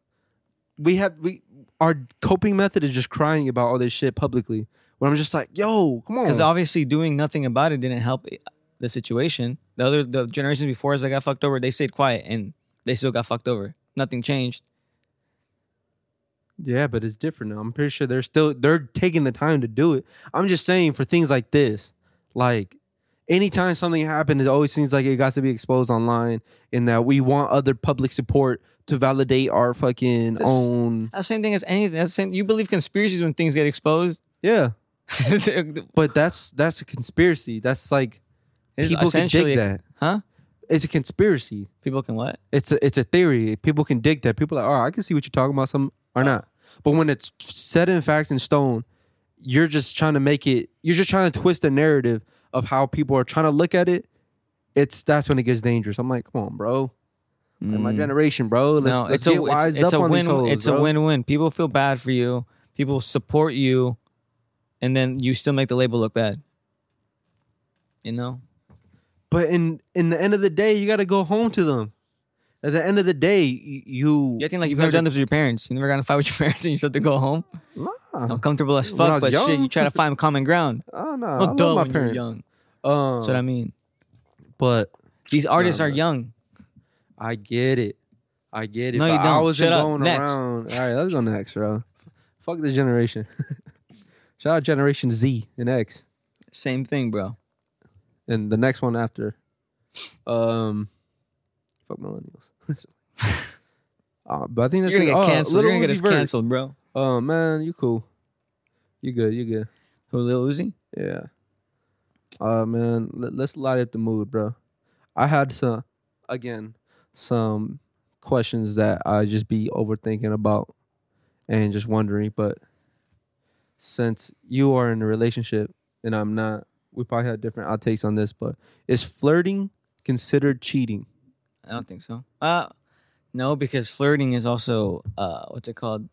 Speaker 2: We have we our coping method is just crying about all this shit publicly. When I'm just like, yo, come on.
Speaker 1: Because obviously, doing nothing about it didn't help i- the situation. The other the generations before us that got fucked over, they stayed quiet and they still got fucked over. Nothing changed.
Speaker 2: Yeah, but it's different now. I'm pretty sure they're still they're taking the time to do it. I'm just saying for things like this, like anytime something happened, it always seems like it got to be exposed online, and that we want other public support to validate our fucking
Speaker 1: This-
Speaker 2: own.
Speaker 1: That's the same thing as anything. That's the same. You believe conspiracies when things get exposed.
Speaker 2: Yeah,
Speaker 1: It's-
Speaker 2: but that's that's a conspiracy. That's like people can
Speaker 1: essentially,
Speaker 2: dig that.
Speaker 1: huh?
Speaker 2: It's a conspiracy.
Speaker 1: People can what?
Speaker 2: It's a it's a theory. People can dig that. People are like, oh, I can see what you're talking about, some or not. But when it's set in fact in stone, you're just trying to make it. You're just trying to twist the narrative of how people are trying to look at it. It's that's when it gets dangerous. I'm like, come on, bro. Like, my generation, bro. Let's,
Speaker 1: Mm. No,
Speaker 2: let's
Speaker 1: it's
Speaker 2: get
Speaker 1: a
Speaker 2: wised
Speaker 1: it's, it's
Speaker 2: up
Speaker 1: a
Speaker 2: on
Speaker 1: win.
Speaker 2: these hoes,
Speaker 1: it's
Speaker 2: bro.
Speaker 1: a win-win. People feel bad for you. People support you, and then you still make the label look bad. You know,
Speaker 2: But in in the end of the day, you got to go home to them. At the end of the day, y- you
Speaker 1: you acting like
Speaker 2: you
Speaker 1: you've never
Speaker 2: guys are-
Speaker 1: done this with your parents. You never got in a fight with your parents, and you just have to go home.
Speaker 2: Nah,
Speaker 1: I'm comfortable as
Speaker 2: When I
Speaker 1: fuck,
Speaker 2: was
Speaker 1: but shit,
Speaker 2: young.
Speaker 1: you try to find common ground.
Speaker 2: oh, nah, I
Speaker 1: No,
Speaker 2: love
Speaker 1: duh,
Speaker 2: my
Speaker 1: when you're
Speaker 2: parents.
Speaker 1: young.
Speaker 2: Um,
Speaker 1: That's what I mean.
Speaker 2: But
Speaker 1: These artists
Speaker 2: no.
Speaker 1: are young.
Speaker 2: I get it. I get it.
Speaker 1: No, you
Speaker 2: but I
Speaker 1: don't.
Speaker 2: wasn't
Speaker 1: Shut up.
Speaker 2: going
Speaker 1: Next.
Speaker 2: around. All right, let's go next, bro. F- Fuck this generation. Shout out Generation Z and X.
Speaker 1: Same thing, bro.
Speaker 2: And the next one after. Um fuck millennials. uh, but I think that's
Speaker 1: You're gonna
Speaker 2: it.
Speaker 1: get
Speaker 2: Oh,
Speaker 1: canceled.
Speaker 2: Lil
Speaker 1: You're gonna get
Speaker 2: Uzi
Speaker 1: us
Speaker 2: Vert.
Speaker 1: canceled, bro.
Speaker 2: Oh man, you cool. You good, you good.
Speaker 1: Who Lil Uzi?
Speaker 2: Yeah. Uh man, let, let's light up the mood, bro. I had some again some questions that I just be overthinking about and just wondering, but since you are in a relationship and I'm not, we probably had different outtakes on this, but is flirting considered cheating?
Speaker 1: I don't think so. Uh no, because flirting is also uh what's it called?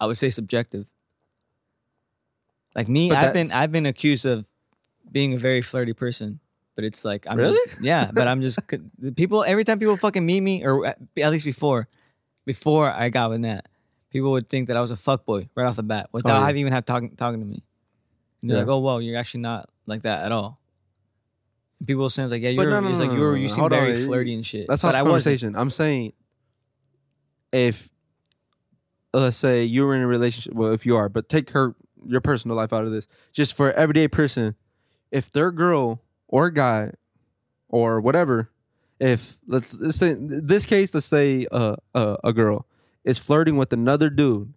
Speaker 1: I would say subjective. Like me,
Speaker 2: But
Speaker 1: I've been
Speaker 2: that's-
Speaker 1: I've been accused of being a very flirty person, but it's like I'm
Speaker 2: Really?
Speaker 1: just yeah, but I'm just the people every time people fucking meet me or at at least before before I got with Nat, people would think that I was a fuckboy right off the bat without
Speaker 2: Oh, yeah.
Speaker 1: having even have talking talking to me. And they're
Speaker 2: Yeah.
Speaker 1: like, "Oh, whoa, you're actually not like that at all." And people will say like, "Yeah, you
Speaker 2: But
Speaker 1: were
Speaker 2: no, no,
Speaker 1: it's
Speaker 2: no,
Speaker 1: like
Speaker 2: no,
Speaker 1: you were
Speaker 2: no,
Speaker 1: you
Speaker 2: no.
Speaker 1: seem
Speaker 2: Hold
Speaker 1: very
Speaker 2: on.
Speaker 1: flirty and shit."
Speaker 2: That's not
Speaker 1: but
Speaker 2: the
Speaker 1: I wasn't.
Speaker 2: conversation. I'm saying if let's say you were in a relationship well, if you are, but take her your personal life out of this. Just for everyday person, if their girl or guy or whatever, if let's, let's say in this case, let's say uh, uh, a girl is flirting with another dude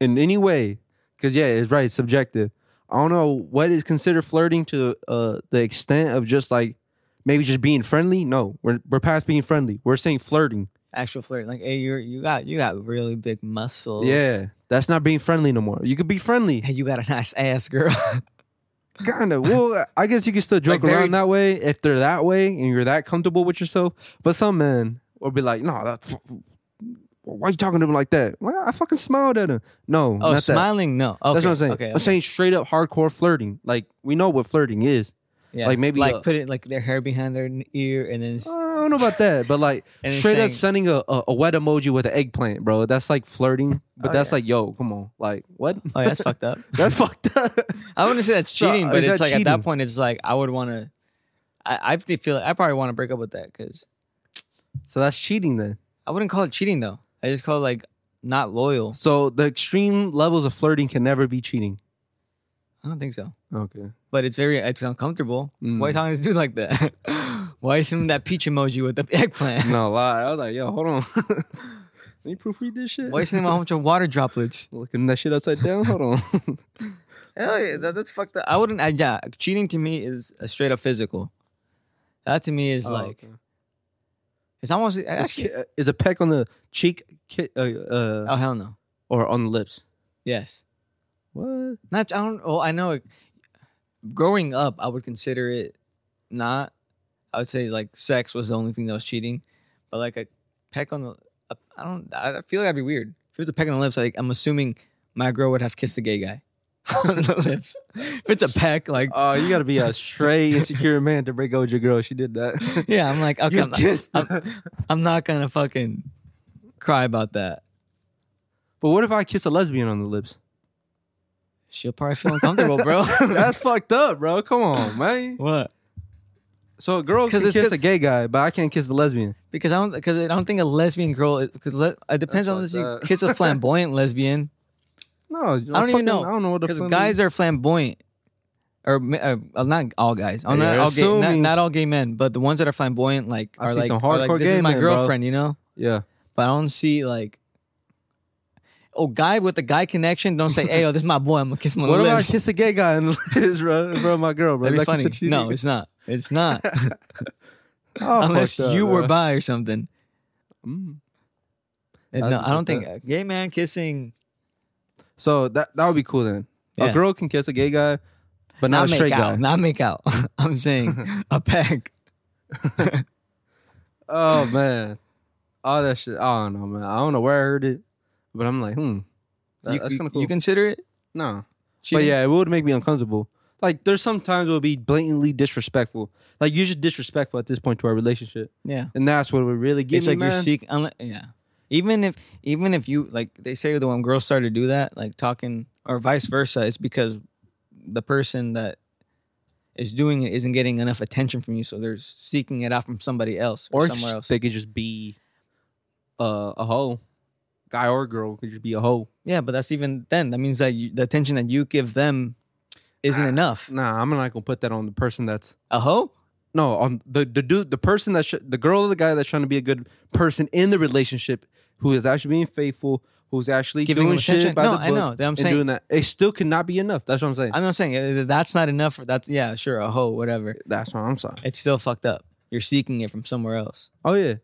Speaker 2: in any way, because yeah, it's right, it's subjective. I don't know what is considered flirting to uh, the extent of just like maybe just being friendly. No, we're we're past being friendly. We're saying flirting.
Speaker 1: actual flirting. Like, hey, you you got you got really big muscles.
Speaker 2: Yeah, that's not being friendly no more. You could be friendly,
Speaker 1: Hey, you got a nice ass, girl.
Speaker 2: kind of. Well, I guess you can still joke
Speaker 1: Like very-
Speaker 2: around that way if they're that way and you're that comfortable with yourself. But some men will be like, "No, that's why you talking to him like that?" Well, I fucking smiled at him. No,
Speaker 1: oh,
Speaker 2: not that.
Speaker 1: smiling? No. Okay.
Speaker 2: That's what I'm saying.
Speaker 1: Okay.
Speaker 2: I'm saying straight up hardcore flirting. Like we know what flirting is.
Speaker 1: yeah.
Speaker 2: like maybe uh,
Speaker 1: like
Speaker 2: a-
Speaker 1: put it like their hair behind their n- ear and then s-
Speaker 2: I don't know about that, but like
Speaker 1: And it's
Speaker 2: straight up
Speaker 1: saying-
Speaker 2: sending a, a, a wet emoji with an eggplant, bro. That's like flirting, but
Speaker 1: Oh,
Speaker 2: that's
Speaker 1: yeah.
Speaker 2: like, yo, come on, like what?
Speaker 1: oh, yeah, that's fucked up.
Speaker 2: that's fucked up.
Speaker 1: I wouldn't say that's
Speaker 2: So,
Speaker 1: cheating, but
Speaker 2: is
Speaker 1: it's
Speaker 2: that
Speaker 1: like at that
Speaker 2: cheating?
Speaker 1: point, it's like I would want to. I I feel I probably want to break up with that because
Speaker 2: so that's cheating then.
Speaker 1: I wouldn't call it cheating though. I just call it like not loyal.
Speaker 2: So the extreme levels of flirting can never be cheating.
Speaker 1: I don't think so.
Speaker 2: Okay.
Speaker 1: But it's very it's uncomfortable.
Speaker 2: Mm.
Speaker 1: Why are you talking to this dude like that? Why is him that peach emoji with the eggplant?
Speaker 2: No lie. I was like, yo, hold on. Let me proofread this shit.
Speaker 1: Why is him a whole bunch of water droplets?
Speaker 2: Looking that shit upside down. Hold on.
Speaker 1: Hell yeah, that, that's fucked up. I wouldn't. I, yeah, cheating to me is a straight up physical. That to me
Speaker 2: Oh,
Speaker 1: is like it's almost.
Speaker 2: Is
Speaker 1: Actually,
Speaker 2: ki- uh, is a peck on the cheek ki- uh, uh,
Speaker 1: oh hell no.
Speaker 2: or on the lips?
Speaker 1: Yes,
Speaker 2: What?
Speaker 1: not. I don't. Well, I know. It, growing up, I would consider it not. I would say like sex was the only thing that was cheating, but like a peck on the. I I don't. I I feel like that'd be weird. If it was a peck on the lips, like I'm assuming my girl would have kissed the gay guy on the lips. If it's a peck, like
Speaker 2: Oh, you gotta be a straight, insecure man to break up with your girl. She did that.
Speaker 1: yeah, I'm like okay.
Speaker 2: You
Speaker 1: I'm not-
Speaker 2: kissed
Speaker 1: I'm-
Speaker 2: her.
Speaker 1: I'm not gonna fucking cry about that.
Speaker 2: But what if I kiss a lesbian on the lips?
Speaker 1: She'll probably feel uncomfortable, bro.
Speaker 2: That's fucked up, bro. Come on, man.
Speaker 1: what?
Speaker 2: So a girl
Speaker 1: 'Cause
Speaker 2: can
Speaker 1: it's
Speaker 2: kiss
Speaker 1: good-
Speaker 2: a gay guy, but I can't kiss a lesbian.
Speaker 1: Because I don't because I don't think a lesbian girl because le, it depends on
Speaker 2: That's
Speaker 1: unless you
Speaker 2: fucked up.
Speaker 1: kiss a flamboyant lesbian.
Speaker 2: No, I don't
Speaker 1: I don't even know.
Speaker 2: I don't know what the
Speaker 1: because
Speaker 2: fuck-
Speaker 1: guys are flamboyant, or ma- uh, uh, not all guys. Oh,
Speaker 2: Hey,
Speaker 1: not
Speaker 2: you're
Speaker 1: all gay, not,
Speaker 2: assuming.
Speaker 1: not all gay men, but the ones that are flamboyant like
Speaker 2: I
Speaker 1: are
Speaker 2: see
Speaker 1: like,
Speaker 2: some
Speaker 1: are like,
Speaker 2: hardcore
Speaker 1: this
Speaker 2: gay
Speaker 1: is my
Speaker 2: men, bro."
Speaker 1: girlfriend, you know.
Speaker 2: Yeah.
Speaker 1: But I don't see like. Oh, guy with a guy connection, don't say, "Hey, yo, this is my boy. I'm gonna kiss him on
Speaker 2: What
Speaker 1: the
Speaker 2: if I
Speaker 1: lips."
Speaker 2: kiss a gay guy and lips, bro? Bro, my girl, bro.
Speaker 1: That'd be
Speaker 2: Like you
Speaker 1: funny.
Speaker 2: said, she
Speaker 1: No,
Speaker 2: did.
Speaker 1: it's not. It's not.
Speaker 2: Oh,
Speaker 1: unless
Speaker 2: fucked up,
Speaker 1: you were
Speaker 2: bro.
Speaker 1: bi or something.
Speaker 2: Mm.
Speaker 1: And
Speaker 2: That'd
Speaker 1: no,
Speaker 2: be
Speaker 1: I don't
Speaker 2: fucked
Speaker 1: think uh, gay man kissing.
Speaker 2: So that that would be cool then.
Speaker 1: Yeah.
Speaker 2: A girl can kiss a gay guy, but not, a
Speaker 1: make
Speaker 2: straight
Speaker 1: out,
Speaker 2: guy.
Speaker 1: Not make out. I'm saying a peck.
Speaker 2: Oh man, all that shit. I don't know, man. I don't know where I heard it, but I'm like, hmm. That-
Speaker 1: you,
Speaker 2: that's
Speaker 1: you-
Speaker 2: kind of cool.
Speaker 1: you consider it?
Speaker 2: no.
Speaker 1: cheating?
Speaker 2: But yeah, it would make me uncomfortable. Like there's sometimes it would be blatantly disrespectful. Like you're just disrespectful at this point to our relationship,
Speaker 1: yeah.
Speaker 2: and that's what would really get
Speaker 1: it's
Speaker 2: me,
Speaker 1: like you're
Speaker 2: man.
Speaker 1: seeking. Unless, yeah. Even if even if you like, they say that when girls start to do that, like talking or vice versa, it's because the person that is doing it isn't getting enough attention from you, so they're seeking it out from somebody else or,
Speaker 2: or
Speaker 1: somewhere else.
Speaker 2: They could just be uh, a hoe, guy or girl could just be a hoe.
Speaker 1: yeah, but that's even then. That means that you, the attention that you give them isn't
Speaker 2: Ah.
Speaker 1: enough.
Speaker 2: Nah, I'm not gonna put that on the person that's
Speaker 1: A hoe?
Speaker 2: no on the the dude, the person that sh- the girl or the guy that's trying to be a good person in the relationship, who is actually being faithful, who's actually
Speaker 1: Giving
Speaker 2: doing
Speaker 1: them
Speaker 2: shit
Speaker 1: attention?
Speaker 2: by
Speaker 1: No,
Speaker 2: the book.
Speaker 1: I know. That I'm
Speaker 2: and
Speaker 1: saying-
Speaker 2: doing that, it still could not be enough. That's what I'm saying.
Speaker 1: I'm not saying uh, that's not enough. For, that's yeah, sure, a hoe, whatever.
Speaker 2: that's what I'm saying.
Speaker 1: It's still fucked up. You're seeking it from somewhere else.
Speaker 2: Oh yeah.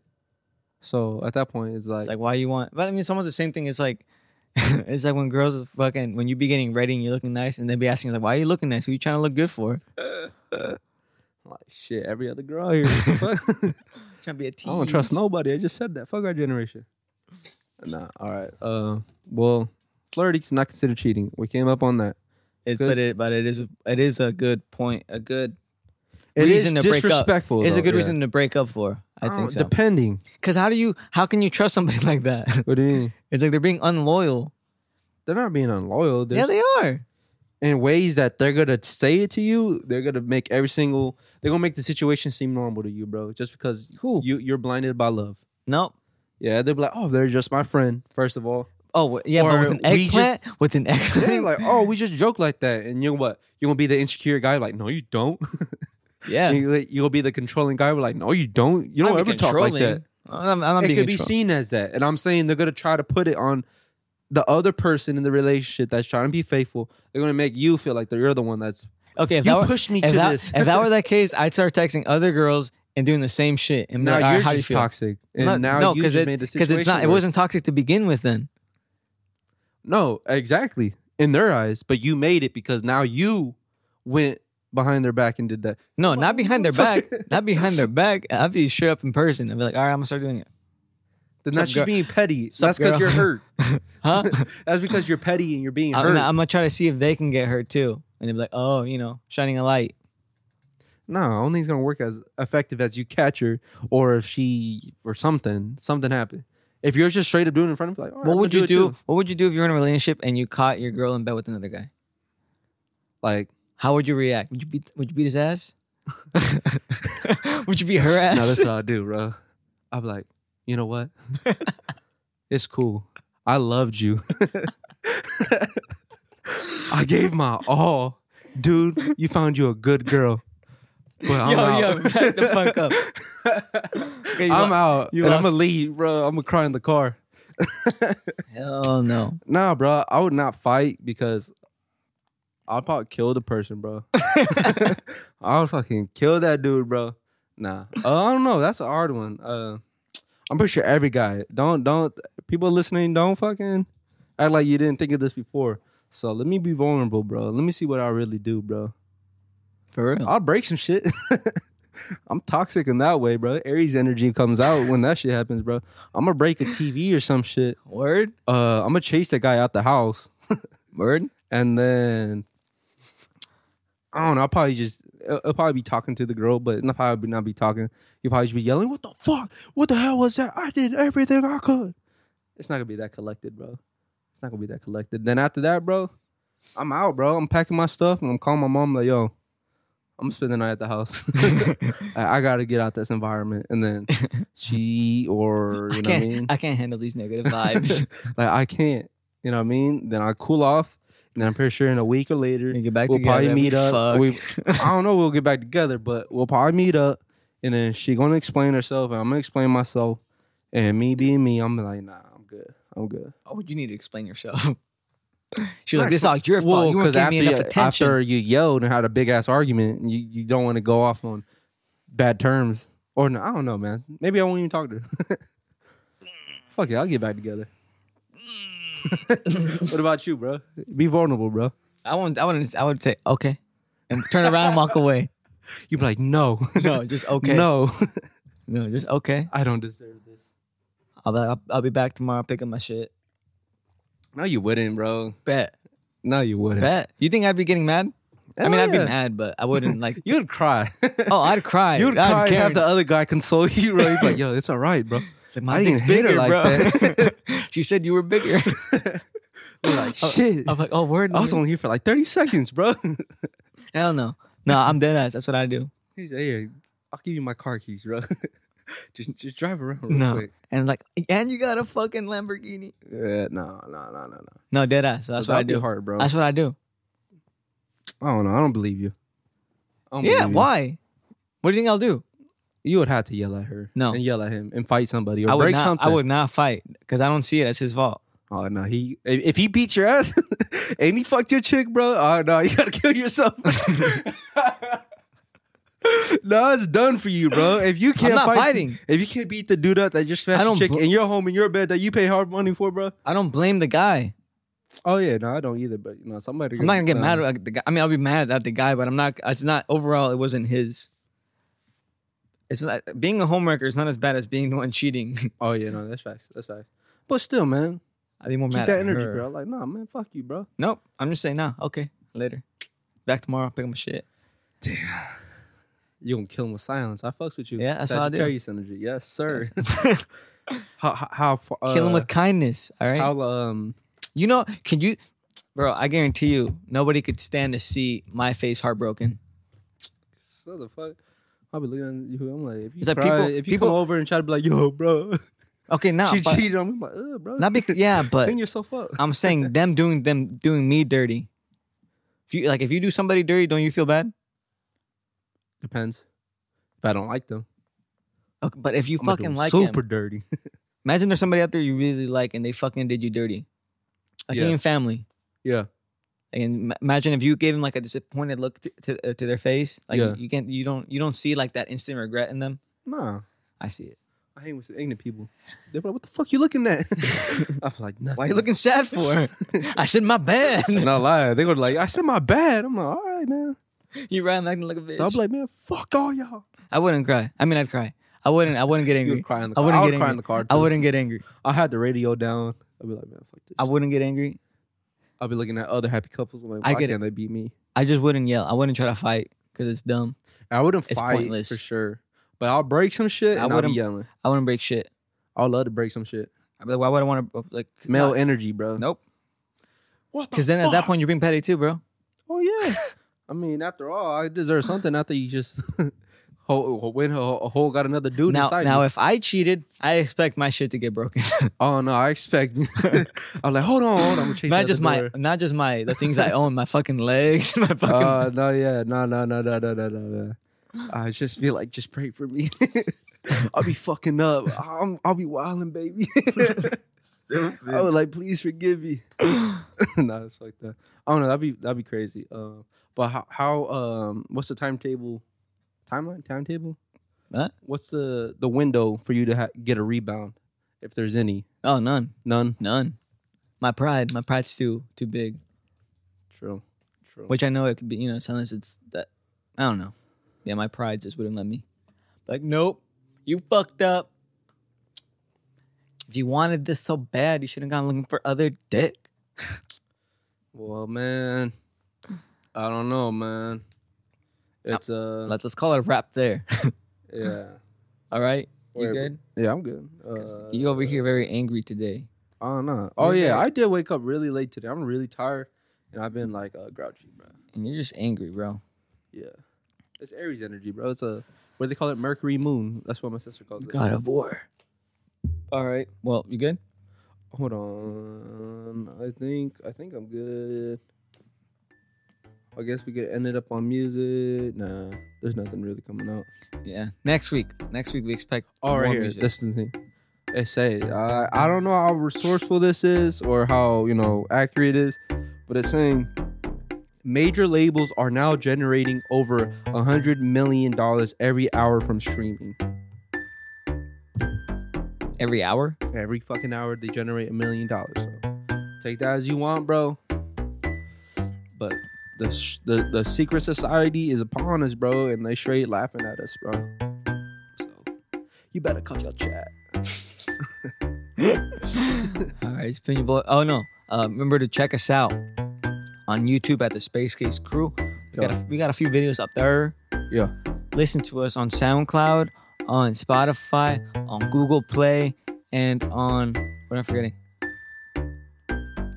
Speaker 2: So at that point, it's like,
Speaker 1: It's like why you want, but I mean, it's almost the same thing. It's like, it's like when girls are fucking when you be getting ready and you're looking nice, and they be asking like, why are you looking nice? Who you trying to look good for?
Speaker 2: like, shit. Every other girl out here. Fuck.
Speaker 1: Trying to be a tease.
Speaker 2: I don't trust nobody. I just said that. Fuck our generation. Nah. All right. Uh. Well, flirting's not considered cheating. We came up on that.
Speaker 1: It's,
Speaker 2: Good.
Speaker 1: but it but it is it is a good point. A good
Speaker 2: It is
Speaker 1: reason to break up.
Speaker 2: disrespectful.
Speaker 1: It's a
Speaker 2: though,
Speaker 1: good
Speaker 2: yeah.
Speaker 1: reason to break up for. I
Speaker 2: don't-
Speaker 1: think so.
Speaker 2: Depending.
Speaker 1: Because how do you how can you trust somebody like that?
Speaker 2: What do you mean?
Speaker 1: it's like they're being unloyal.
Speaker 2: They're not being unloyal. They're
Speaker 1: yeah, they are.
Speaker 2: in ways that they're gonna say it to you. They're gonna make every single. They're gonna make the situation seem normal to you, bro. Just because
Speaker 1: Who?
Speaker 2: you you're blinded by love.
Speaker 1: Nope.
Speaker 2: Yeah, they'll be like, oh, they're just my friend. First of all,
Speaker 1: Oh w- yeah,
Speaker 2: Or
Speaker 1: but with an
Speaker 2: we just-
Speaker 1: eggplant, with an eggplant,
Speaker 2: Yeah, like, oh, we just joke like that, and you're what? You're gonna be the insecure guy, like, no, you don't.
Speaker 1: yeah.
Speaker 2: You- like, You'll be the controlling guy, like, no, you don't. You don't
Speaker 1: I'd be
Speaker 2: ever talk like that.
Speaker 1: controlling. I'm, I'm not
Speaker 2: It
Speaker 1: being
Speaker 2: could be
Speaker 1: control-
Speaker 2: seen as that, and I'm saying they're gonna try to put it on the other person in the relationship that's trying to be faithful. They're gonna make you feel like that you're the one that's
Speaker 1: Okay, if
Speaker 2: you
Speaker 1: that were,
Speaker 2: pushed me
Speaker 1: if
Speaker 2: to
Speaker 1: that,
Speaker 2: this.
Speaker 1: if that were that case, I'd start texting other girls and doing the same shit. And be
Speaker 2: now
Speaker 1: like, "All right,
Speaker 2: you're
Speaker 1: how do you
Speaker 2: just
Speaker 1: feel?
Speaker 2: toxic, and
Speaker 1: Not-
Speaker 2: now
Speaker 1: no,
Speaker 2: you just
Speaker 1: it,
Speaker 2: made the
Speaker 1: 'cause
Speaker 2: situation.
Speaker 1: it's not. It
Speaker 2: worse.
Speaker 1: wasn't toxic to begin with. Then
Speaker 2: No, exactly. In their eyes, but you made it because now you went behind their back and did that.
Speaker 1: no, not behind their back. not behind their back. I'd be straight up in person. I'd be like, all right, I'm gonna start doing it.
Speaker 2: Then
Speaker 1: Sup,
Speaker 2: that's
Speaker 1: girl?
Speaker 2: just being petty.
Speaker 1: Sup,
Speaker 2: that's because
Speaker 1: girl?
Speaker 2: you're hurt.
Speaker 1: Huh?
Speaker 2: that's because you're petty and you're being
Speaker 1: I'm
Speaker 2: hurt.
Speaker 1: gonna, I'm gonna try to see if they can get hurt too. And they'd be like, oh, you know, shining a light.
Speaker 2: no, I don't think it's gonna work as effective as you catch her or if she or something something happened. If you're just straight up doing it in front of like, all right,
Speaker 1: what
Speaker 2: I'm
Speaker 1: would you
Speaker 2: gonna
Speaker 1: do?
Speaker 2: it too.
Speaker 1: What would you do if you're in a relationship and you caught your girl in bed with another guy?
Speaker 2: Like,
Speaker 1: How would you react? Would you beat? Would you beat his ass? would you beat her ass?
Speaker 2: no, that's what I do, bro. I'm like, you know what? it's cool. I loved you. I gave my all, dude. You found you a good girl. But I'm
Speaker 1: yo,
Speaker 2: out.
Speaker 1: yo, back the fuck up. Okay, you
Speaker 2: I'm
Speaker 1: lo-
Speaker 2: out.
Speaker 1: you
Speaker 2: and I'm
Speaker 1: lost-
Speaker 2: gonna leave, bro. I'm gonna cry in the car.
Speaker 1: Hell no.
Speaker 2: Nah, bro. I would not fight because I'll probably kill the person, bro. I'll fucking kill that dude, bro. Nah. Uh, I don't know. That's a hard one. Uh, I'm pretty sure every guy. Don't don't people listening. Don't fucking act like you didn't think of this before. So let me be vulnerable, bro. Let me see what I really do, bro.
Speaker 1: For real.
Speaker 2: I'll break some shit. I'm toxic in that way, bro. Aries energy comes out when that shit happens, bro. I'm gonna break a TV or some shit.
Speaker 1: Word?
Speaker 2: Uh, I'm gonna chase that guy out the house.
Speaker 1: Word?
Speaker 2: And then I don't know. I'll probably just I'll, I'll probably be talking to the girl, but not probably not be talking. You'll probably just be yelling, "What the fuck? What the hell was that? I did everything I could." It's not gonna be that collected, bro. It's not gonna be that collected. Then after that, bro, I'm out, bro. I'm packing my stuff and I'm calling my mom like, "Yo, I'm spending the night at the house. I, I gotta get out this environment." And then she or you
Speaker 1: I
Speaker 2: know what I
Speaker 1: can't. I,
Speaker 2: mean?
Speaker 1: can't handle these negative vibes.
Speaker 2: like I can't. You know what I mean? Then I cool off. And then I'm pretty sure in a week or later,
Speaker 1: we get back
Speaker 2: we'll
Speaker 1: together.
Speaker 2: probably meet up.
Speaker 1: Fuck.
Speaker 2: We, I don't know. We'll get back together, but we'll probably meet up, and then she gonna explain herself, and I'm gonna explain myself, and me being me, I'm like, nah, I'm good, I'm good.
Speaker 1: oh, you need to explain yourself. She
Speaker 2: Not
Speaker 1: was like, "This is all your fault. you weren't giving
Speaker 2: after
Speaker 1: me enough
Speaker 2: you,
Speaker 1: attention."
Speaker 2: after you yelled and had a big ass argument, you you don't want to go off on bad terms, or no, I don't know, man. Maybe I won't even talk to her. Fuck it, I'll get back together. what about you, bro? Be vulnerable, bro.
Speaker 1: I wouldn't. I wouldn't. I would say okay, and turn around and walk away.
Speaker 2: You'd be like, no,
Speaker 1: No, just okay.
Speaker 2: no,
Speaker 1: no, just okay.
Speaker 2: I don't deserve this.
Speaker 1: I'll be, I'll, I'll be back tomorrow. Pick up my shit.
Speaker 2: No, you wouldn't, bro.
Speaker 1: Bet,
Speaker 2: No, you wouldn't.
Speaker 1: bet. You think I'd be getting mad? I mean,
Speaker 2: Hell
Speaker 1: I'd be
Speaker 2: yeah.
Speaker 1: mad, but I wouldn't like.
Speaker 2: You'd cry.
Speaker 1: Oh, I'd cry.
Speaker 2: You'd
Speaker 1: I'd
Speaker 2: cry and
Speaker 1: care.
Speaker 2: have the other guy console you, bro. He's like, yo, it's all right, bro.
Speaker 1: It's like, my
Speaker 2: I didn't
Speaker 1: dick's
Speaker 2: hit her
Speaker 1: bigger,
Speaker 2: like
Speaker 1: bro.
Speaker 2: that.
Speaker 1: she said you were bigger.
Speaker 2: You're like, shit.
Speaker 1: I'm like, oh, word.
Speaker 2: I was
Speaker 1: nigga.
Speaker 2: only here for like 30 seconds, bro.
Speaker 1: Hell no. No, I'm dead ass. That's what I do.
Speaker 2: He's like, hey, I'll give you my car keys, bro. just just drive around real
Speaker 1: No.
Speaker 2: quick.
Speaker 1: And like, and you got a fucking Lamborghini.
Speaker 2: Yeah, no, no, no, no, no.
Speaker 1: No, dead ass. So that's what I
Speaker 2: that'd be
Speaker 1: do.
Speaker 2: hard, bro.
Speaker 1: That's what I do.
Speaker 2: I don't know. I don't believe you. I don't
Speaker 1: Yeah.
Speaker 2: believe you.
Speaker 1: Why? What do you think I'll do?
Speaker 2: You would have to yell at her.
Speaker 1: No.
Speaker 2: And yell at him and fight somebody or
Speaker 1: I would
Speaker 2: break
Speaker 1: not.
Speaker 2: something.
Speaker 1: I would not fight because I don't see it. That's his fault.
Speaker 2: Oh no, he if, if he beat your ass and he fucked your chick, bro. Oh no, you gotta kill yourself. no, it's done for you, bro. If you can't
Speaker 1: not
Speaker 2: fight,
Speaker 1: fighting.
Speaker 2: If you can't beat the dude up that just smashed
Speaker 1: I
Speaker 2: your
Speaker 1: don't
Speaker 2: chick
Speaker 1: bl-
Speaker 2: in your home in your bed that you pay hard money for, bro.
Speaker 1: I don't blame the guy.
Speaker 2: Oh yeah, no, I don't either. But you know, somebody.
Speaker 1: I'm not gonna get mad at the guy. I mean, I'll be mad at the guy, but I'm not. It's not overall. It wasn't his. It's not being a homewrecker is not as bad as being the one cheating.
Speaker 2: Oh yeah, no, that's facts. That's facts. But still, man,
Speaker 1: I'd be more
Speaker 2: keep
Speaker 1: mad
Speaker 2: that
Speaker 1: at
Speaker 2: energy,
Speaker 1: her.
Speaker 2: bro. Like, nah, man, fuck you, bro.
Speaker 1: Nope. I'm just saying now. Okay, later. Back tomorrow. Pick up my shit.
Speaker 2: You gonna kill him with silence? I fucks with you.
Speaker 1: Yeah, that's how I do.
Speaker 2: Sagittarius energy. Yes, sir. how how, how fa- uh,
Speaker 1: Kill him with kindness. All right.
Speaker 2: how um
Speaker 1: you know? Can you, bro? I guarantee you, nobody could stand to see my face heartbroken.
Speaker 2: What the fuck? I'll be looking at you. I'm like, if you,
Speaker 1: It's like
Speaker 2: cry,
Speaker 1: people-
Speaker 2: if you
Speaker 1: people-
Speaker 2: come over and try to be like, yo, bro,
Speaker 1: Okay, now
Speaker 2: she
Speaker 1: but,
Speaker 2: cheated on me, I'm like, Ugh, bro,
Speaker 1: not because yeah, but
Speaker 2: clean yourself up.
Speaker 1: I'm saying them doing them doing me dirty. If you like, if you do somebody dirty, don't you feel bad?
Speaker 2: Depends. If I don't like them,
Speaker 1: Okay, but if you
Speaker 2: I'm
Speaker 1: fucking like them,
Speaker 2: super dirty.
Speaker 1: imagine there's somebody out there you really like and they fucking did you dirty, like
Speaker 2: Yeah.
Speaker 1: even family.
Speaker 2: yeah,
Speaker 1: And ma- imagine if you gave them like a disappointed look t- to uh, to their face, like
Speaker 2: Yeah.
Speaker 1: you can't, you don't, you don't see like that instant regret in them.
Speaker 2: nah.
Speaker 1: I see it.
Speaker 2: I hang with some ignorant people. They're like, what the fuck you looking at? I'm like, nothing.
Speaker 1: Why you looking sad for? I said my bad.
Speaker 2: Not lie. They were like, I said my bad. I'm like, all right, man.
Speaker 1: you ran back and look a bitch.
Speaker 2: So I'm like, man, fuck all y'all.
Speaker 1: I wouldn't cry. I mean, I'd cry. I wouldn't. I wouldn't get
Speaker 2: You
Speaker 1: angry.
Speaker 2: would cry in the
Speaker 1: I
Speaker 2: car.
Speaker 1: wouldn't
Speaker 2: I
Speaker 1: get
Speaker 2: would cry
Speaker 1: angry.
Speaker 2: in the car.
Speaker 1: I
Speaker 2: too.
Speaker 1: wouldn't get angry.
Speaker 2: I had the radio down. I'd be like, man, fuck this.
Speaker 1: I wouldn't get angry.
Speaker 2: I'd be looking at other happy couples. I'm like,
Speaker 1: I
Speaker 2: why
Speaker 1: get it.
Speaker 2: can't they beat me?
Speaker 1: I just wouldn't yell. I wouldn't try to fight because it's dumb.
Speaker 2: I wouldn't
Speaker 1: It's
Speaker 2: fight
Speaker 1: pointless.
Speaker 2: for sure, but I'll break some shit. And
Speaker 1: I
Speaker 2: I will be
Speaker 1: wouldn't-
Speaker 2: yelling.
Speaker 1: I wouldn't break shit.
Speaker 2: I'd love to break some shit.
Speaker 1: I'd be like, why would I want to like
Speaker 2: Male
Speaker 1: not-
Speaker 2: energy, bro.
Speaker 1: Nope.
Speaker 2: What?
Speaker 1: Because then at that point you're being petty too, bro.
Speaker 2: oh yeah. I mean, after all, I deserve something. After you just whole, when a a hole got another dude
Speaker 1: now,
Speaker 2: inside.
Speaker 1: now
Speaker 2: me.
Speaker 1: if I cheated, I expect my shit to get broken.
Speaker 2: oh no, I expect. I'm like, hold on, hold on. I'm gonna chase
Speaker 1: not
Speaker 2: you
Speaker 1: just
Speaker 2: out
Speaker 1: my,
Speaker 2: the door.
Speaker 1: not just my, the things I own, my fucking legs, my fucking.
Speaker 2: Uh, no, yeah, no, no, no, no, no, no, no. no. I just be like, just pray for me. I'll be fucking up. I'm, I'll be wilding, baby. I was like, please forgive me. nah, it's like that. I don't know. That'd be that'd be crazy. Um, but how, how um what's the timetable? Timeline timetable?
Speaker 1: Huh?
Speaker 2: What's the the window for you to ha- get a rebound, if there's any?
Speaker 1: oh, none,
Speaker 2: None.
Speaker 1: none. My pride, my pride's too too big,
Speaker 2: True. True.
Speaker 1: which I know it could be. You know, sometimes it's that. I don't know. Yeah, my pride just wouldn't let me. Like, nope, you fucked up. If you wanted this so bad, you should have gone looking for other dick.
Speaker 2: Well, man, I don't know, man. It's uh,
Speaker 1: Let's let's call it a wrap there.
Speaker 2: yeah,
Speaker 1: All right, you
Speaker 2: Whatever.
Speaker 1: good?
Speaker 2: yeah. I'm good.
Speaker 1: 'Cause
Speaker 2: Uh,
Speaker 1: you over here very angry today.
Speaker 2: I don't know. Oh yeah,
Speaker 1: very-
Speaker 2: I did wake up really late today. I'm really tired, and I've been like uh, grouchy, bro.
Speaker 1: And you're just angry, bro.
Speaker 2: Yeah. It's Aries energy, bro. It's a what do they call it? Mercury moon. That's what my sister calls it.
Speaker 1: God of War.
Speaker 2: All right.
Speaker 1: Well, you good?
Speaker 2: Hold on. I think I think I'm good. I guess we could end it up on music. Nah, there's nothing really coming out.
Speaker 1: Yeah. Next week. Next week we expect
Speaker 2: All right,
Speaker 1: more
Speaker 2: here.
Speaker 1: music.
Speaker 2: This is the thing. It say I I don't know how resourceful this is or how you know accurate it is, but it's saying major labels are now generating over a hundred million dollars every hour from streaming.
Speaker 1: Every hour.
Speaker 2: Every fucking hour they generate a million dollars. So take that as you want, bro. But the sh- the the secret society is upon us, bro, and they straight laughing at us, bro. So you better cut your chat.
Speaker 1: All right. It's been your boy. Oh no. Uh, remember to check us out on YouTube at the Space Case Crew. We got a, we got a few videos up there.
Speaker 2: Yeah.
Speaker 1: Listen to us on SoundCloud, on Spotify, on Google Play, and on what am I forgetting?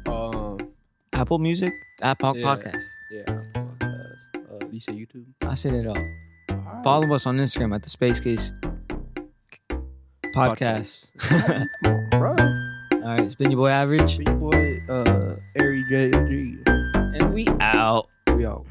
Speaker 2: Um.
Speaker 1: Apple Music, Apple
Speaker 2: Yeah.
Speaker 1: Podcasts.
Speaker 2: Yeah. fuck that. Uh, You say YouTube?
Speaker 1: I said it all. Follow us on Instagram at the Space Case Podcast.
Speaker 2: Bro.
Speaker 1: all right, it's been your boy Average,
Speaker 2: Your boy, uh, Ari JMG.
Speaker 1: and we out.
Speaker 2: We out.